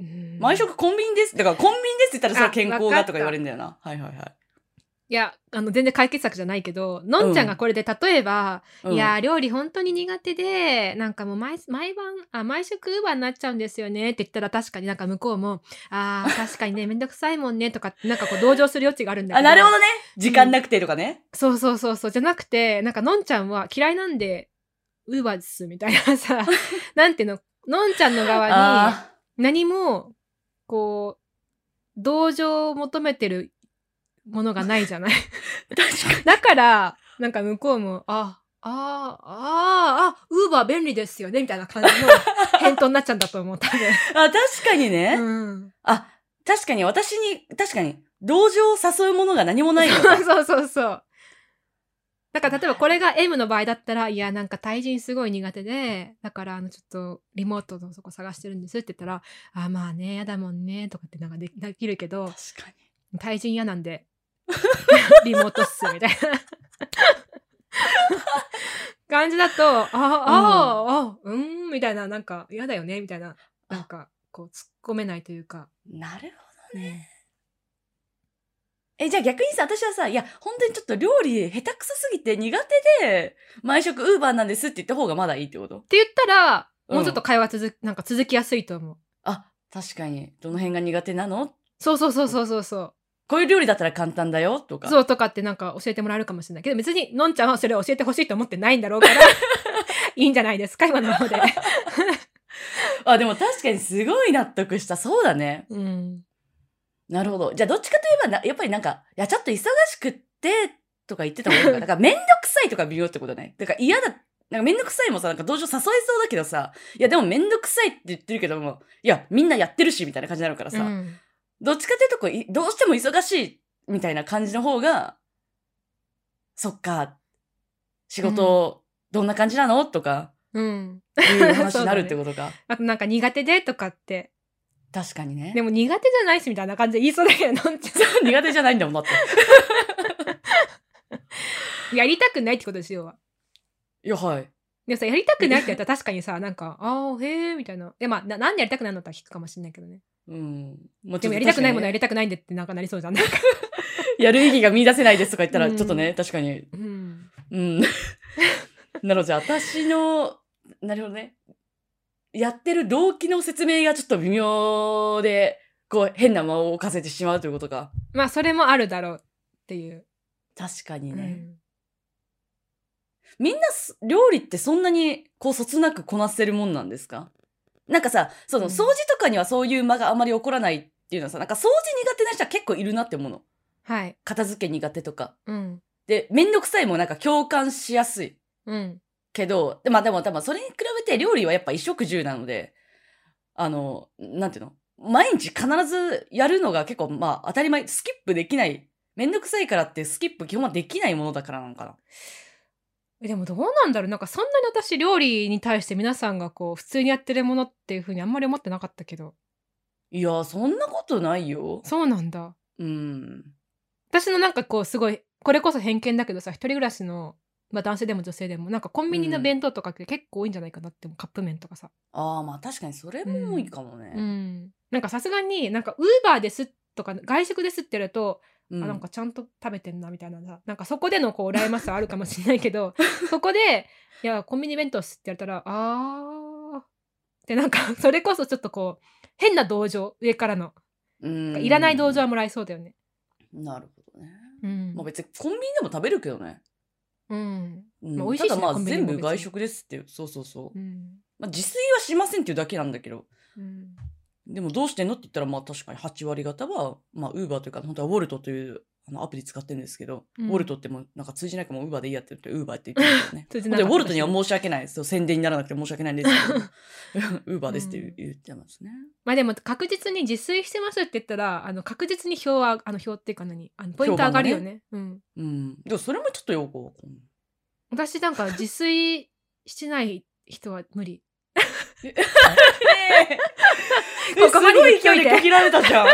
Speaker 2: うん
Speaker 1: 毎食コンビニです。だから、コンビニですって言ったら、それは
Speaker 2: あ
Speaker 1: 健康
Speaker 2: わかっ
Speaker 1: が
Speaker 2: た
Speaker 1: とか言われるんだよな。はいはいはい。
Speaker 2: いやあの全然解決策じゃないけどのんちゃんがこれで例えば、
Speaker 1: うん
Speaker 2: いやー料理本当に苦手でなんかもう毎毎晩あ毎食ウーバーになっちゃうんですよねって言ったら確かになんか向こうもあー確 かにねめんどくさいもんねとかってなんかこう同情する余地があるんだ
Speaker 1: あ、
Speaker 2: けど
Speaker 1: なるほどね。時間なくてとかね。
Speaker 2: そうそうそうそうじゃなくてなんかのんちゃんは嫌いなんでウーバーですみたい なさなんていうののんちゃんの側に
Speaker 1: あ
Speaker 2: 何もこう同情を求めてるものがないじゃない
Speaker 1: ー確か
Speaker 2: だから、なんか向こうも、あ、あ、あ、あ、ウーバー便利ですよね、みたいな感じの返答になっちゃうんだと思う、多
Speaker 1: に。あ、確かにね。
Speaker 2: 分。
Speaker 1: あ、確かに私に、確かに、同情を誘うものが何もない の
Speaker 2: うん。
Speaker 1: か。
Speaker 2: そうそうそう。だから例えばこれが M の場合だったら、いや、なんか対人すごい苦手で、だからあの、ちょっとリモートのそこ探してるんですって言ったら、あ、まあね、やだもんね、とかってなんかでできるけど、
Speaker 1: 確かに。
Speaker 2: 対人嫌なん でリモートっすみたい な感じだとああ、ああうんみたいななんか嫌だよねみたいななんかこう突っ込めないというか、
Speaker 1: なるほどね。え、じゃあ逆にさ、私はさ、いや、本当にちょっと料理下手くそすぎて苦手で、毎食ウーバーなんですって言った方がまだいいってこと
Speaker 2: って言ったら
Speaker 1: うん
Speaker 2: もうちょっと会話続,、なんか続きやすいと思う
Speaker 1: あ、確かに。どの辺が苦手なの
Speaker 2: そうそうそうそうそうそう
Speaker 1: こういう料理だったら簡単だよとか。。
Speaker 2: そううとかってなんか教えてもらえるかもしれないけど別にのんちゃんはそれを教えてほしいと思ってないんだろう からいいんじゃないですか今のままで、
Speaker 1: あ、でも確かにすごい納得した。そうだね。
Speaker 2: うん、
Speaker 1: なるほど。じゃあ、どっちかといえばな、やっぱりなんか、いや、ちょっと忙しくって、とか言ってた方が いいのかな。なんか、めんどくさいとか微妙ってことね。だから嫌だ、なんかめんどくさいもさ、なんか同情誘いそうだけどさ、いや、でもめんどくさいって言ってるけども、いや、みんなやってるし、みたいな感じになるからさ、
Speaker 2: うん
Speaker 1: どっちかというとこうい、どうしても忙しい、みたいな感じの方が、そっか、仕事、どんな感じなのとか、
Speaker 2: うん、
Speaker 1: いう話
Speaker 2: そうだね
Speaker 1: になるってことか。
Speaker 2: あとなんか苦手でとかって
Speaker 1: 確かにね。
Speaker 2: でも苦手じゃないしみたいな感じで言いそうだけど、のんちゃ
Speaker 1: 苦手じゃないんだもん、だって。
Speaker 2: ん。やりたくないってことですよ。
Speaker 1: いや、はい。
Speaker 2: でもさ、やりたくないって言ったら確かにさ、なんか、ああ、へえ、みたいな。え、まあな、なんでやりたくないのって聞くかもしれないけどね。
Speaker 1: うん。
Speaker 2: で
Speaker 1: で
Speaker 2: もやりたくないものはやりたくないんでってなんかなりそうじゃん。なんか。
Speaker 1: やる意義が見出せないですとか言ったら、
Speaker 2: うん
Speaker 1: ちょっとね、確かに。
Speaker 2: うん。
Speaker 1: うん。なるほどじゃあ私のなるほどねやってる動機の説明がちょっと微妙でこう変な間をかせてしまうということか
Speaker 2: まあそれもあるだろうっていう、
Speaker 1: 確かに
Speaker 2: う
Speaker 1: ね、
Speaker 2: ん
Speaker 1: みんなす料理ってそんなにこうそつなくこなせるもんなんですかなんかさその
Speaker 2: うん
Speaker 1: 掃除とかにはそういう間があまり起こらないっていうのはさなんか掃除苦手な人は結構いるなって思うの
Speaker 2: はい
Speaker 1: 片付け苦手とか
Speaker 2: うん
Speaker 1: で面倒くさいもなんか共感しやすい
Speaker 2: うん
Speaker 1: けど、でまあでも多分それに比べて料理はやっぱ衣食住なので、あの、なんていうの毎日必ずやるのが結構まあ当たり前、スキップできない。めんどくさいからってスキップ基本はできないものだからなのかな。
Speaker 2: でもどうなんだろうなんかそんなに私料理に対して皆さんがこう普通にやってるものっていうふうにあんまり思ってなかったけど
Speaker 1: いやー、そんなことないよ。
Speaker 2: そうなんだ
Speaker 1: うん。
Speaker 2: 私のなんかこうすごいこれこそ偏見だけどさ一人暮らしの、まあ、男性でも女性でもなんかコンビニの弁当とかって結構多いんじゃないかなって思うカップ麺とかさ、
Speaker 1: ああ、まあ確かにそれも多いかも
Speaker 2: う
Speaker 1: ね。
Speaker 2: ん、なんかさすがになんかウーバーですとか外食ですってやると、
Speaker 1: うん
Speaker 2: あなんかちゃんと食べてんなみたいなさなんかそこでのこう羨ましさあるかもしれない けどそこで「いやコンビニ弁当です」ってやったら「あー」でなんかそれこそちょっとこう変な同情上からの
Speaker 1: うん
Speaker 2: いらない同情はもらえそうだよね。
Speaker 1: なるほどね。
Speaker 2: うん
Speaker 1: まあ別にコンビニでも食べるけどね。
Speaker 2: うん
Speaker 1: うん
Speaker 2: まあ美味しいしね
Speaker 1: ただまあ
Speaker 2: コンビニ
Speaker 1: 全
Speaker 2: も別
Speaker 1: 部
Speaker 2: に
Speaker 1: 外食ですっていう。そうそうそう
Speaker 2: う。ん
Speaker 1: まあ自炊はしませんっていうだけなんだけど。
Speaker 2: うん
Speaker 1: でもどうしてんのって言ったら、まあ確かに8割方は、まあウーバーというか、本当はウォルトというあのアプリ使ってるんですけど、
Speaker 2: うん。
Speaker 1: ウォルトってもうなんか通じないからもウーバーでいいやって言って、ウーバーって言ってるんですよね
Speaker 2: 通じな
Speaker 1: 本
Speaker 2: か
Speaker 1: 当
Speaker 2: った
Speaker 1: にウォルトには申し訳ないですよ。宣伝にならなくて申し訳ないんですけど、ウーバーですって言う
Speaker 2: うん
Speaker 1: 言ってますね。
Speaker 2: まあでも確実に自炊してますって言ったらあの確実に表はあの表っていうか何あのポイント上がるよね。うん、
Speaker 1: うん。でもそれもちょっとよくわかんない。
Speaker 2: 私なんか自炊してない人は無理。
Speaker 1: え
Speaker 2: ここまで言っ
Speaker 1: すご
Speaker 2: と
Speaker 1: い勢
Speaker 2: いて
Speaker 1: いで区切られたじゃん。
Speaker 2: い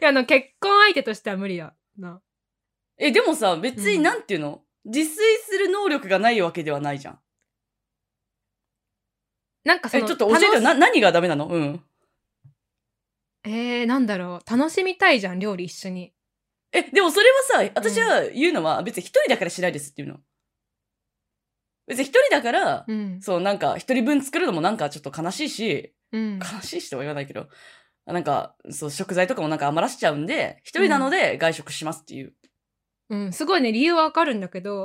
Speaker 2: やあの結婚相手としては無理だな。
Speaker 1: え、でもさ、別に
Speaker 2: うん
Speaker 1: なんていうの、自炊する能力がないわけではないじゃん。
Speaker 2: なんかそ
Speaker 1: え、
Speaker 2: の
Speaker 1: ちょっと教えてよ。
Speaker 2: 楽し
Speaker 1: な何がダメなのうん。
Speaker 2: えー、なんだろう楽しみたいじゃん料理一緒に。
Speaker 1: え、でもそれはさ、私は言うのは別に一人だからしないですっていうの。別に一人だから、
Speaker 2: うん。
Speaker 1: そうなんか一人分作るのもなんかちょっと悲しいし、
Speaker 2: うん。
Speaker 1: 悲しいしとは言わないけど、なんかそう食材とかもなんか余らしちゃうんで、一人なので外食しますっていう。
Speaker 2: うん、すごいね理由はわかるんだけど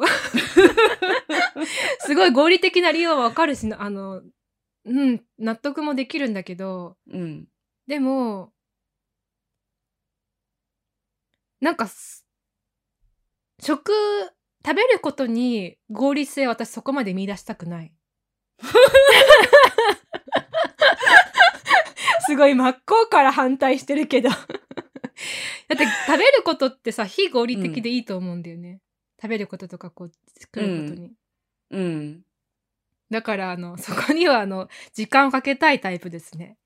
Speaker 2: すごい合理的な理由はわかるしあのうん納得もできるんだけど
Speaker 1: うん。
Speaker 2: でもなんかす食食べることに合理性は私そこまで見出したくない。すごい真っ向から反対してるけどだって食べることってさ非合理的でいいと思うんだよね、食べることとかこう作ることに、
Speaker 1: うん。
Speaker 2: だからあのそこにはあの時間をかけたいタイプですね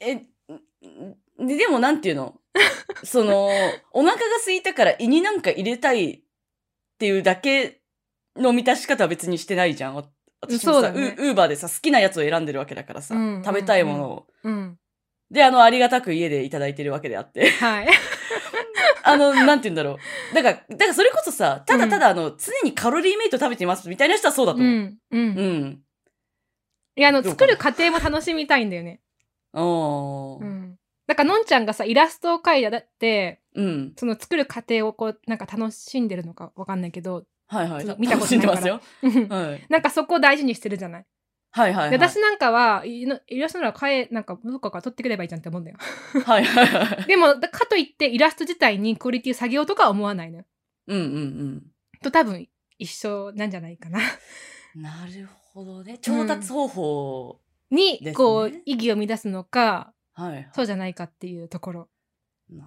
Speaker 1: え、んんででもなんていうの その、お腹が空いたから胃になんか入れたいっていうだけの満たし方は別にしてないじゃん。わ私も
Speaker 2: そう
Speaker 1: さ、
Speaker 2: だね
Speaker 1: ウウーバーでさ、好きなやつを選んでるわけだからさ、
Speaker 2: うん
Speaker 1: 食べたいものを。
Speaker 2: うん
Speaker 1: で、あの、ありがたく家でいただいてるわけであって。
Speaker 2: はい
Speaker 1: あの、なんて言うんだろう。だから、だからそれこそさ、ただただあの、常にカロリーメイト食べてますみたいな人はそうだと
Speaker 2: う
Speaker 1: 思う。
Speaker 2: んうん
Speaker 1: うん。
Speaker 2: いやあの
Speaker 1: どうか
Speaker 2: 作
Speaker 1: な
Speaker 2: る過程も楽しみたいんだよね。
Speaker 1: お
Speaker 2: う
Speaker 1: ー
Speaker 2: ん、だからのんちゃんがさイラストを描いただって
Speaker 1: うん。
Speaker 2: その作る過程をこうなんか楽しんでるのかわかんないけど
Speaker 1: はいはい
Speaker 2: ちょっ。と見たことない
Speaker 1: 楽しんでます
Speaker 2: うん
Speaker 1: よ。はい。
Speaker 2: なんかそこを大事にしてるじゃない。
Speaker 1: はいはい、はい。
Speaker 2: で私なんかはいのイラストなら買えなんかどっかから取ってくればいいじゃんって思うんだよ。
Speaker 1: はいはいはい。
Speaker 2: でもだかといってイラスト自体にクオリティ下げようとかは思わないのよ。
Speaker 1: うんうん
Speaker 2: と多分一緒なんじゃないか な。
Speaker 1: うん。なるほどね。調達方法。
Speaker 2: に、
Speaker 1: ですね
Speaker 2: こう意義を乱すのか
Speaker 1: はいはい。
Speaker 2: そうじゃないかっていうところ。
Speaker 1: な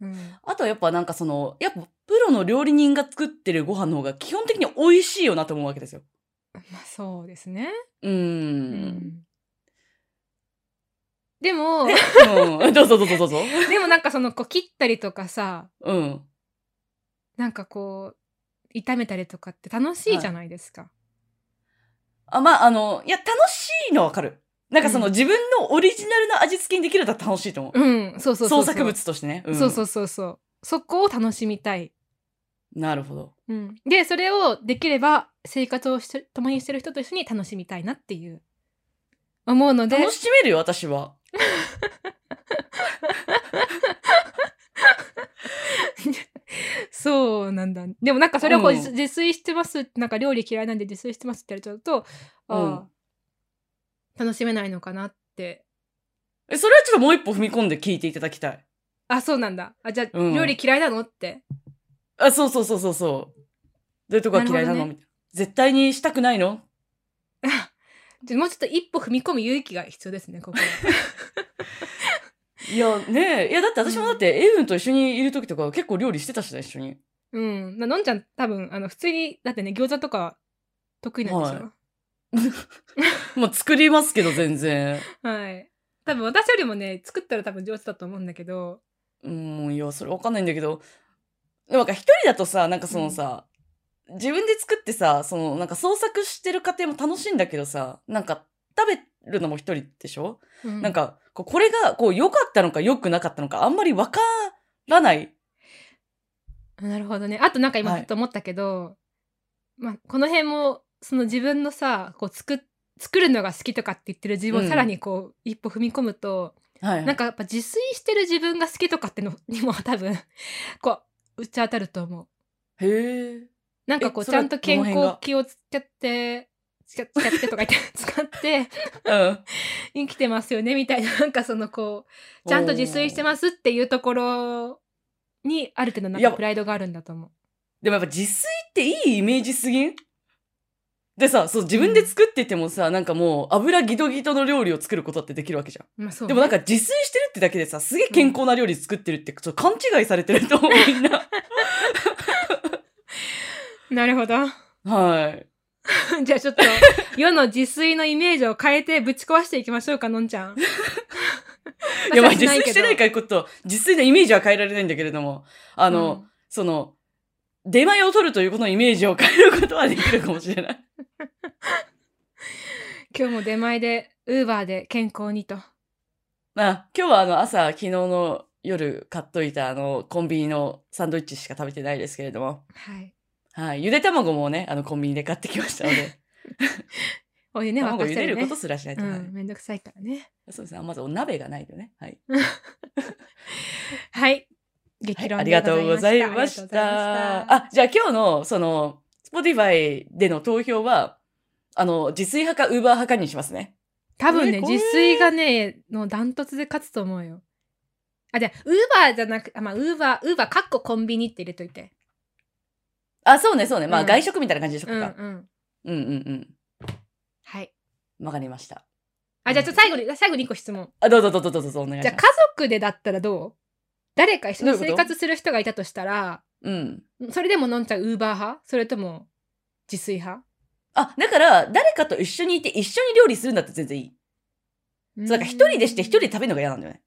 Speaker 1: る
Speaker 2: うん、
Speaker 1: あとはやっぱなんかその、やっぱプロの料理人が作ってるご飯の方が基本的に美味しいよなと思うわけですよ。
Speaker 2: まあそうですね。
Speaker 1: うー。
Speaker 2: うんんで も
Speaker 1: うん。どうぞどうぞどうぞ。
Speaker 2: でもなんかそのこう切ったりとかさ
Speaker 1: うん。
Speaker 2: なんかこう炒めたりとかって楽しいじゃないですか、
Speaker 1: あ、まあ、あの、いや、楽しいのはわかる。なんかその、
Speaker 2: うん
Speaker 1: 自分のオリジナルの味付けにできると楽しいと思う。
Speaker 2: うんそうそうそうそう
Speaker 1: 創作物としてね。ん
Speaker 2: そうそうそうそうそこを楽しみたい
Speaker 1: なるほど。
Speaker 2: うん、でそれをできれば生活をして共にしてる人と一緒に楽しみたいなっていう思うので
Speaker 1: 楽しめるよ、私は。
Speaker 2: そうなんだでもなんかそれをこう、
Speaker 1: うん
Speaker 2: 自自炊してますなんか料理嫌いなんで自炊してますってやっちゃうと、ああ楽しめないのかなって
Speaker 1: え、それはちょっともう一歩踏み込んで聞いていただきたい。
Speaker 2: あそうなんだあじゃあ、
Speaker 1: うん
Speaker 2: 料理嫌いなのって
Speaker 1: あ、そうそうそうそうそう。どういうとこが嫌いな
Speaker 2: なる
Speaker 1: の
Speaker 2: ほ
Speaker 1: み
Speaker 2: ど
Speaker 1: たいな絶対にしたくないの
Speaker 2: じゃあもうちょっと一歩踏み込む勇気が必要ですねこ こは
Speaker 1: いや、ねえ。いや、だって私もだって、エウンと一緒にいる時とか結構料理してたしね、一緒に。
Speaker 2: うんなのんちゃん多分あの普通にだってね餃子とか得意なんでしょ、
Speaker 1: はまあ、作りますけど、全 然。
Speaker 2: はい。多分私よりもね、作ったら多分上手だと思うんだけど。
Speaker 1: うん、いや、それわかんないんだけど、なんか一人だとさ、なんかそのさ、自分で作ってさ、そのなんか創作してる過程も楽しいんだけどさ、なんか食べるのも一人でしょ、なん
Speaker 2: か、
Speaker 1: か、こうこれがこう良かったのか良くなかったのかあんまりわからない。
Speaker 2: なるほどね。あとなんか今
Speaker 1: はい
Speaker 2: ふっと思ったけど、まあ、この辺も、その自分のさ、こう作っ、作るのが好きとかって言ってる自分
Speaker 1: うん
Speaker 2: をさらにこう、一歩踏み込むと、
Speaker 1: はい。
Speaker 2: なんかやっぱ自炊してる自分が好きとかってのにも多分、こう、打ち当たると思う。
Speaker 1: へえ。
Speaker 2: なんかこ
Speaker 1: え
Speaker 2: う、
Speaker 1: そ
Speaker 2: ち
Speaker 1: れ
Speaker 2: ゃ
Speaker 1: は
Speaker 2: んと健
Speaker 1: どの辺
Speaker 2: 康
Speaker 1: が
Speaker 2: 気をつけて、つけつけてとか 言って、使って
Speaker 1: うん。
Speaker 2: 生きてますよね、みたいな、なんかそのこう、ちゃんと自炊して
Speaker 1: す。
Speaker 2: ますっていうところにある程度なん
Speaker 1: いや
Speaker 2: かプライドがあるんだと思う。
Speaker 1: でもやっぱ自炊っていいイメージすぎんでさ、そう自分で作っててもさ、なんかもう油ギトギトの料理を作ることだってできるわけじゃん。
Speaker 2: まあそう
Speaker 1: で
Speaker 2: ね、
Speaker 1: もなんか自炊してるってだけでさ、すげえ健康な料理作ってるって、ちょっと勘違いされてると思う、みん な。
Speaker 2: なるほど。
Speaker 1: はい。
Speaker 2: じゃあちょ っと世の自炊のイメージを変えてぶち壊していきましょうかのん ちゃん。
Speaker 1: いや、まあ
Speaker 2: 私
Speaker 1: 自
Speaker 2: は
Speaker 1: 炊してない
Speaker 2: け
Speaker 1: からこと、自炊のイメージは変えられないんだけれども、あ
Speaker 2: ど
Speaker 1: の、、その、出前を取るということのイメージを変えることはできるかもしれない。
Speaker 2: 今日も出前でウーバーで健康にと。
Speaker 1: まあ、今日はあの朝、昨日の夜買っといたあの、コンビニのサンドイッチしか食べてないですけれども、
Speaker 2: はい。
Speaker 1: はい。ゆで卵もね、あの、コンビニで買ってきましたの で、
Speaker 2: お湯ね沸
Speaker 1: 卵
Speaker 2: か
Speaker 1: 茹
Speaker 2: し
Speaker 1: で
Speaker 2: て
Speaker 1: る
Speaker 2: る
Speaker 1: こ
Speaker 2: ね
Speaker 1: と。すらしないと。
Speaker 2: う
Speaker 1: はい
Speaker 2: ん、めんどくさいからね。
Speaker 1: そうですね。まずお鍋がないよね。はい。
Speaker 2: はい。
Speaker 1: は
Speaker 2: 激
Speaker 1: い、
Speaker 2: 論
Speaker 1: あり
Speaker 2: で
Speaker 1: がとうございま
Speaker 2: あ
Speaker 1: し
Speaker 2: りがとうございま
Speaker 1: た。あ、じゃあ今日の、その、Spotify での投票は、あの、自炊派か Uber 派かにしますね。
Speaker 2: 多分
Speaker 1: え
Speaker 2: ね、
Speaker 1: これ
Speaker 2: 自炊がね、のダントツで勝つと思うよ。あ、じゃウーバーじゃなく、あ、まあ、ウーバー、ウーバー、かっこコンビニって入れといて。
Speaker 1: あ、そうね、そうね。まあ、
Speaker 2: うん
Speaker 1: 外食みたいな感じでしょ
Speaker 2: うん
Speaker 1: う
Speaker 2: う
Speaker 1: か。
Speaker 2: ん。
Speaker 1: うんうんうん。
Speaker 2: はい。
Speaker 1: わかりました。
Speaker 2: あ、じゃあちょっと最後に、最後に一個質問。
Speaker 1: あ、どうぞどうぞどうぞどうぞお願いし
Speaker 2: じゃあ
Speaker 1: ます。
Speaker 2: 家族でだったらどう誰か一緒に
Speaker 1: どういう
Speaker 2: 生
Speaker 1: こと
Speaker 2: 活する人がいたとしたら、
Speaker 1: うん。
Speaker 2: それでものんちゃんウーバー派それとも自炊派
Speaker 1: あ、だから、誰かと一緒にいて、一緒に料理するんだって全然いい。そう、だから一人でして一人で食べるのが嫌なんだよね。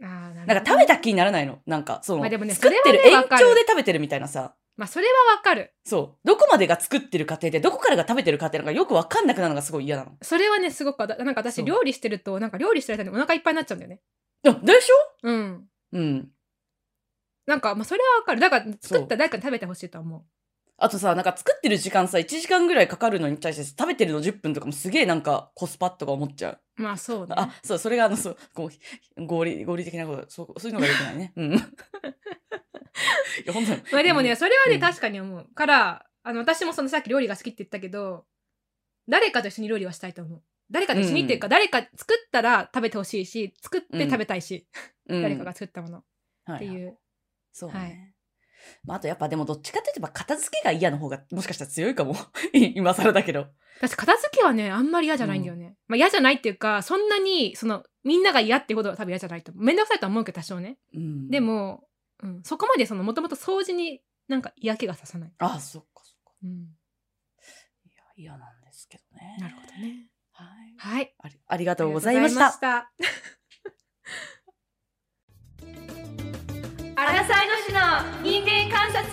Speaker 2: あーなるほど
Speaker 1: なんか食べた気にならないの。なんか、その、
Speaker 2: まあでもね
Speaker 1: 作ってる
Speaker 2: それは
Speaker 1: 延
Speaker 2: ねわか
Speaker 1: 長
Speaker 2: る
Speaker 1: で食べてるみたいなさ。
Speaker 2: まあそれはわかる。
Speaker 1: そう。どこまでが作ってる過程で、どこからが食べてる過程なのかよくわかんなくなるのがすごい嫌なの。
Speaker 2: それはね、すごくわた、なんか
Speaker 1: そ
Speaker 2: 私
Speaker 1: う
Speaker 2: 料理してると、なんか料理してる間にお腹いっぱいになっちゃうんだよね。
Speaker 1: あでしょ
Speaker 2: うん。
Speaker 1: うん。
Speaker 2: なんか、まあそれはわかる。だから作った誰かに食べてほしいとは思う。
Speaker 1: あとさ、なんか作ってる時間さ、1時間ぐらいかかるのに対して食べてるの10分とかもすげえなんかコスパとか思っちゃう。
Speaker 2: まあそうね。
Speaker 1: あ、そう、それがあの、そう、こう、合理、合理的なこと、そう、そういうのができないね。 うん。いや、本当に。
Speaker 2: まあでもね、それはね、
Speaker 1: うん
Speaker 2: 確かに思う。から、あの、私もそのさっき料理が好きって言ったけど、誰かと一緒に料理はしたいと思う。誰かと一緒にっていうか、誰か作ったら食べてほしいし、作って食べたいし、
Speaker 1: うん、
Speaker 2: 誰かが作ったものって
Speaker 1: はいはい
Speaker 2: いう。
Speaker 1: そう
Speaker 2: は
Speaker 1: ね
Speaker 2: い。
Speaker 1: まあ、あとやっぱでもどっちかって言えば片付けが嫌の方がもしかしたら強いかも。 今更だけど。
Speaker 2: 私、片付けはね、あんまり嫌じゃないんだよね。まあ嫌じゃないっていうか、そんなに、その、みんなが嫌っていうほどは多分嫌じゃないと思う。めんどくさいとは思うけど、多少ね。
Speaker 1: うん。
Speaker 2: で。も、うん、そこまでその、もともと掃除になんか嫌気がささない。
Speaker 1: あ、そっかそっか。
Speaker 2: うん。
Speaker 1: いや、嫌なんですけどね。
Speaker 2: なるほど。ね。
Speaker 1: はい。
Speaker 2: はい。
Speaker 1: あ
Speaker 2: あり
Speaker 1: りありが
Speaker 2: が
Speaker 1: とうございました。
Speaker 2: た。
Speaker 3: アラサー女子の人間観察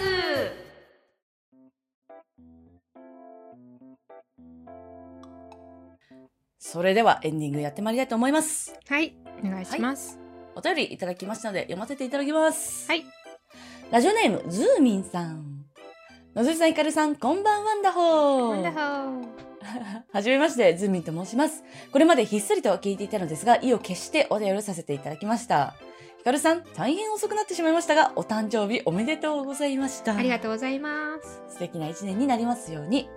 Speaker 1: それではエンディングやってまいりたいと思います。
Speaker 2: はい。お願いします。
Speaker 1: お便りいただきましたので読ませていただきます。
Speaker 2: はい。
Speaker 1: ラジオネーム、ズーミンさん。野添さん、ひかるさん、こんばんワンダホ
Speaker 2: ワンダ
Speaker 1: ー
Speaker 2: ホー
Speaker 1: はじめまして、ズーミンと申します。これまでひっそりと聞いていたのですが、意を決してお便りさせていただきました。ひかるさん、大変遅くなってしまいましたが、お誕生日おめでとうございました。
Speaker 2: ありがとうございます。
Speaker 1: 素敵な一年になりますように。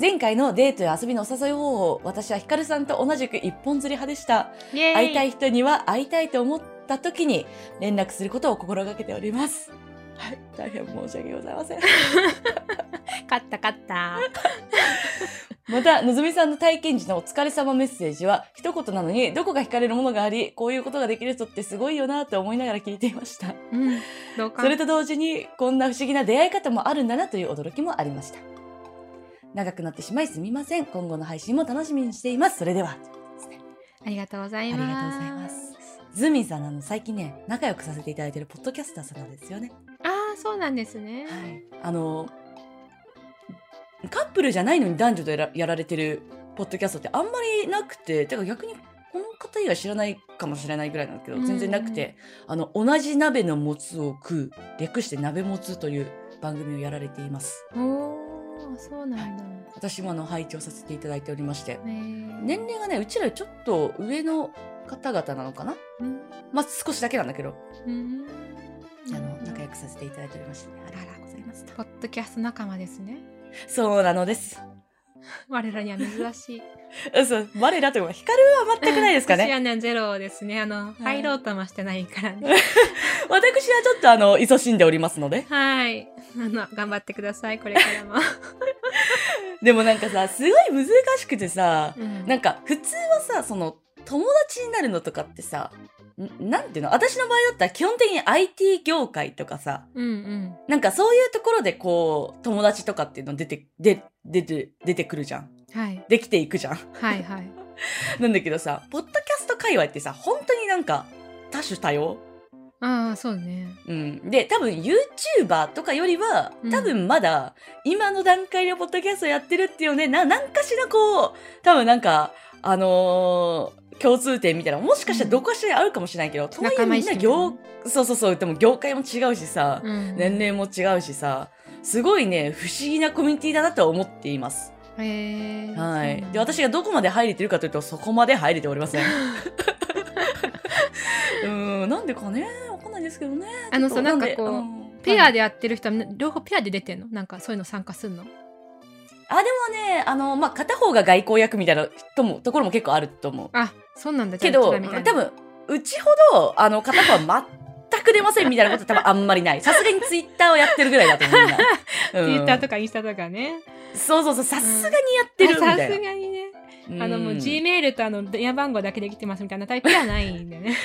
Speaker 1: 前回のデートや遊びのお誘い方法、私はひかるさんと同じく一本釣り派でした。
Speaker 2: イエーイ
Speaker 1: 会いたい人には会いたいと思った時に連絡することを心がけております。はい、大変申し訳ございません。
Speaker 2: 勝った勝った。
Speaker 1: また、のぞみさんの体験時のお疲れ様メッセージは、一言なのにどこか惹かれるものがあり、こういうことができる人ってすごいよなと思いながら聞いていました。
Speaker 2: うん。同感。
Speaker 1: それと同時に、こんな不思議な出会い方もあるんだなという驚きもありました。長くなってしまいすみません。今後の配信も楽しみにしています。それでは。
Speaker 2: ありがとうござい
Speaker 1: ありがとう
Speaker 2: ます。
Speaker 1: ございます。ズーミンさんあの最近ね仲良くさせていただいてるポッドキャスターさんなんですよね。
Speaker 2: ああ、そうなんですね。
Speaker 1: はい、あのカップルじゃないのに男女でやらやられてるポッドキャストってあんまりなくててか逆にこの方以外知らないかもしれないぐらいなんですけど
Speaker 2: うん
Speaker 1: 全然なくて、あの同じ鍋のもつを食う略して鍋もつという番組をやられています
Speaker 2: おお、そうなんだ。
Speaker 1: 私もあの拝聴させていただいておりまして
Speaker 2: えー
Speaker 1: 年齢がねうちらよりちょっと上の方々なのかな
Speaker 2: うん
Speaker 1: まあ少しだけなんだけど
Speaker 2: うん。
Speaker 1: あの仲良くさせていただいておりまして、あらあらございました
Speaker 2: ポッドキャスト仲間ですね。
Speaker 1: そうなのです
Speaker 2: 我らには珍しい。
Speaker 1: そう、我らというか、光は全くないですか
Speaker 2: 私
Speaker 1: ね。
Speaker 2: はね、ゼロですね。あの、
Speaker 1: い
Speaker 2: 入ろうともしてないからね。
Speaker 1: 私はちょっとあの、勤しんでおりますので。
Speaker 2: はい。あの、頑張ってください、これか らも。
Speaker 1: でもなんかさ、すごい難しくてさ、
Speaker 2: うん
Speaker 1: なんか普通はさ、その、友達になるのとかってさ、んなんていうの私の場合だったら基本的に IT 業界とかさ、
Speaker 2: うんうん。
Speaker 1: なんかそういうところでこう、友達とかっていうの出て、で、出て、出てくるじゃん。
Speaker 2: はい。
Speaker 1: できていくじゃん。
Speaker 2: はいはい。
Speaker 1: なんだけどさ、ポッドキャスト界隈ってさ、本当になんか多種多様
Speaker 2: ああ、そうね。
Speaker 1: うん、で多分 YouTuber とかよりは
Speaker 2: うん
Speaker 1: 多分まだ今の段階でポッドキャストやってるっていうねな何かしらこう多分なんかあのー共通点みたいなもしかしたらどこかしらにあるかもしれないけど、とはいえ
Speaker 2: 仲間
Speaker 1: み
Speaker 2: 意
Speaker 1: んな
Speaker 2: 識
Speaker 1: 業そうそうそうでも業界も違うしさ、
Speaker 2: うん
Speaker 1: 年齢も違うしさすごいね不思議なコミュニティだなとは思っています。
Speaker 2: へえ
Speaker 1: はい、で私がどこまで入れてるかというとそこまで入れておりま せん。うんなんでかねわかんないですけどね。
Speaker 2: あのさ
Speaker 1: ちょっと
Speaker 2: なんかこう
Speaker 1: うん
Speaker 2: ペアでやってる人は両方ペアで出てんのなんかそういうの参加すんの
Speaker 1: あ、でもね、あの、まあ、片方が外交役みたいなとも、ところも結構あると思う。
Speaker 2: あそうなんだ
Speaker 1: けど、
Speaker 2: じゃあうちらみたいな
Speaker 1: 多分、うちほど、あの、片方は全く出ませんみたいなこと 多分あんまりない。さすがにツイッターをやってるぐらいだと思うな。うん
Speaker 2: Twitter とかインスタとかね
Speaker 1: そうそうそう、さすがにやってるみた
Speaker 2: あさす
Speaker 1: いな。
Speaker 2: がにね
Speaker 1: うん
Speaker 2: あのもう G メールとあの電話番号だけできてますみたいなタイプではないんでね
Speaker 1: うん、さ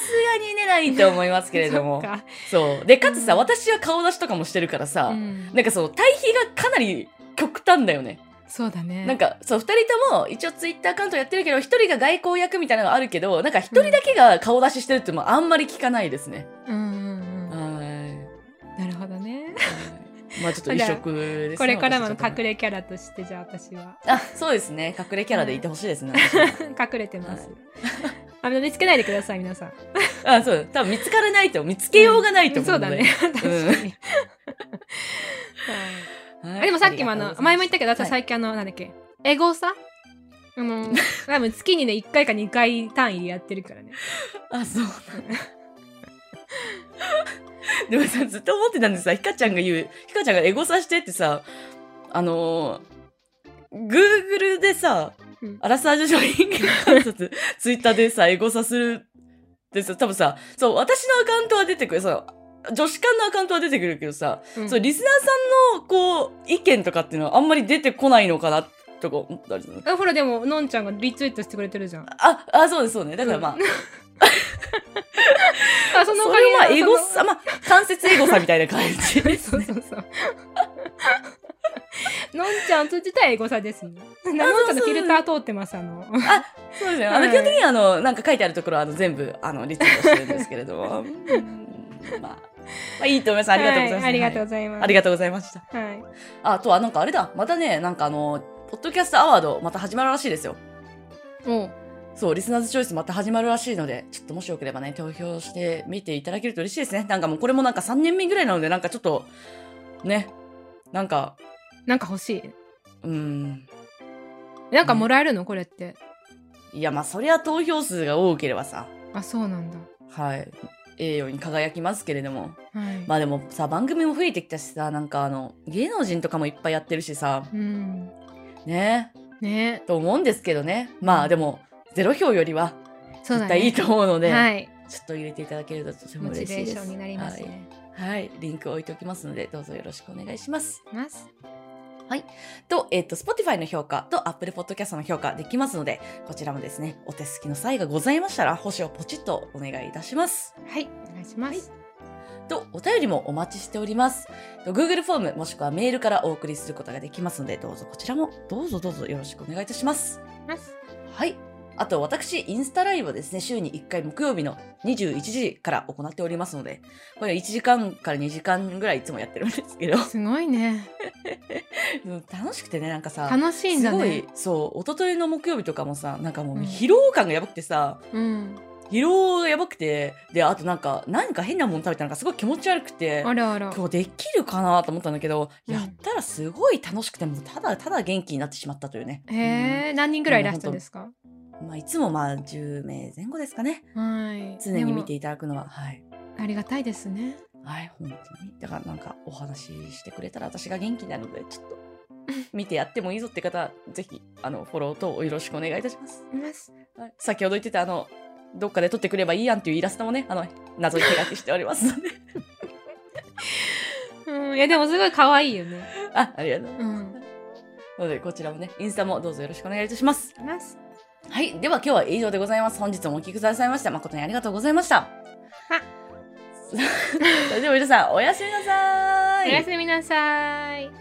Speaker 1: すがにね、ないと思いますけれども
Speaker 2: そ。っか
Speaker 1: そう。で、かつさ、
Speaker 2: うん
Speaker 1: 私は顔出しとかもしてるからさ、
Speaker 2: うん
Speaker 1: なんかその、対比がかなり極端だよね。
Speaker 2: そうだね
Speaker 1: なんかそう2人とも一応ツイッターアカウントやってるけど1人が外交役みたいなのがあるけどなんか1人だけが顔出ししてるってもあんまり聞かないですね。
Speaker 2: うんうんうん
Speaker 1: はい
Speaker 2: なるほどね
Speaker 1: まあちょっと異色ですね。
Speaker 2: これからも隠
Speaker 1: れ
Speaker 2: れキャラとしてじゃあ私は
Speaker 1: あそうですね隠れキャラでいてほしいですね。私は
Speaker 2: 隠れてます
Speaker 1: は
Speaker 2: あの見つけないでください皆さん
Speaker 1: あそう多分見つからないと見つけようがないと思うので、
Speaker 2: んそうだね 確かに、
Speaker 1: うん
Speaker 2: はい
Speaker 1: はい
Speaker 2: あでもさっきもあの前も言ったけど私は
Speaker 1: はい
Speaker 2: 最近あの、なんだっけエゴさあの多分月にね1回か2回単位でやってるからね
Speaker 1: あそうなんだ でもさずっと思ってたんでさひかちゃんが言うひかちゃんがエゴさしてってさあのー、Google でさ、
Speaker 2: うん
Speaker 1: アラサー女子の人間観 察ツイッターでさエゴさするってさ多分さそう私のアカウントは出てくるさ女子館のアカウントは出てくるけどさ、
Speaker 2: うん
Speaker 1: そうリスナーさんのこう意見とかっていうのはあんまり出てこないのかなとか思ったりする
Speaker 2: あほらでものんちゃんがリツイートしてくれてるじゃん
Speaker 1: ああそうですそうねだからまあ、
Speaker 2: あそのお
Speaker 1: そ
Speaker 2: か
Speaker 1: れは
Speaker 2: げ
Speaker 1: エ
Speaker 2: で
Speaker 1: ゴ
Speaker 2: そ
Speaker 1: さ、まあ、間接エゴさみたいな感じ
Speaker 2: の
Speaker 1: です
Speaker 2: そう
Speaker 1: ね。
Speaker 2: そうそうのんちゃん通じたエゴさですねなのんちゃんのフィルター通ってますあの
Speaker 1: そうですね。あの、
Speaker 2: はい
Speaker 1: 基本的にあの、なんか書いてあるところは、あの、全部、あの、リツイートしてるんですけれど も。うんまあ、まあ、いいと思います。ありがとうございます。
Speaker 2: はありがとう
Speaker 1: は
Speaker 2: ございます、
Speaker 1: ありがとうございました。
Speaker 2: はい
Speaker 1: ああとは、なんかあれだ。またね、なんかあの、ポッドキャストアワード、また始まるらしいですよ。
Speaker 2: おう
Speaker 1: そう、リスナーズチョイスまた始まるらしいので、ちょっともしよければね、投票してみていただけると嬉しいですね。なんかもうこれもなんか3年目ぐらいなので、なんかちょっと、ね、なんか
Speaker 2: なんか欲しい
Speaker 1: うん
Speaker 2: なんかもらえるのこれって
Speaker 1: いやまあそりゃ投票数が多ければさ
Speaker 2: あそうなんだ
Speaker 1: はい栄誉に輝きますけれども
Speaker 2: はい、
Speaker 1: まあでもさ番組も増えてきたしさなんかあの芸能人とかもいっぱいやってるしさ
Speaker 2: うん
Speaker 1: ね
Speaker 2: ね
Speaker 1: と思うんですけどねまあでもゼロ票よりは
Speaker 2: そう
Speaker 1: 絶
Speaker 2: だ
Speaker 1: 対い
Speaker 2: ね
Speaker 1: いと思うので
Speaker 2: はい
Speaker 1: ちょっと入れていただけるととても
Speaker 2: モチ
Speaker 1: 嬉
Speaker 2: ベ
Speaker 1: しいで
Speaker 2: ーシ
Speaker 1: す
Speaker 2: ョンになりますね、
Speaker 1: はい、はいリンク置いておきますのでどうぞよろしくお願いします
Speaker 2: ます
Speaker 1: と,、えっと Spotify の評価と Apple Podcast の評価できますのでこちらもですねお手すきの際がございましたら星をポチッとお願いいたします
Speaker 2: はいお願いします、
Speaker 1: とお便りもお待ちしておりますと Google フォームもしくはメールからお送りすることができますのでどうぞこちらもどうぞどうぞよろしくお願いいたします
Speaker 2: ます
Speaker 1: はいあと私インスタライブをですね週に1回木曜日の21時から行っておりますのでこれ1時間から2時間ぐらいいつもやってるんです けど
Speaker 2: すごいね
Speaker 1: うん楽しくてねなんかさ
Speaker 2: 楽しいんだね
Speaker 1: すごいそう一昨日の木曜日とかもさなんかもう
Speaker 2: うん
Speaker 1: 疲労感がやばくてさ、
Speaker 2: うん
Speaker 1: 疲労がやばくてであとなんか何か変なもの食べたのがすごい気持ち悪くて
Speaker 2: あらあら
Speaker 1: 今日できるかなと思ったんだけど、
Speaker 2: うん
Speaker 1: やったらすごい楽しくてもうただただ元気になってしまったというね、
Speaker 2: へえ、何人ぐらいいらしたんですか
Speaker 1: うんまあ、いつもまあ10名前後ですかね
Speaker 2: はい
Speaker 1: 常に見ていただくのははい。
Speaker 2: でもありがたいですね
Speaker 1: はい、本当に。だからなんかお話ししてくれたら私が元気になるので、ちょっと 見てやってもいいぞって方、ぜひ、あの、フォロー等をよろしくお願いいたします。
Speaker 2: ます
Speaker 1: はい、先ほど言ってたあのどっかで撮ってくればいいやんっていうイラストもねあの謎に手書きしております ので
Speaker 2: うんいやでもすごい可愛いよね
Speaker 1: あありがとう
Speaker 2: うん
Speaker 1: なのでこちらもねインスタもどうぞよろしくお願いいたします
Speaker 2: ます
Speaker 1: はいでは今日は以上でございます本日もお聞きくださいまして誠にありがとうございま したそれでは皆さんおやすみなさー
Speaker 2: お
Speaker 1: い
Speaker 2: やすみなさい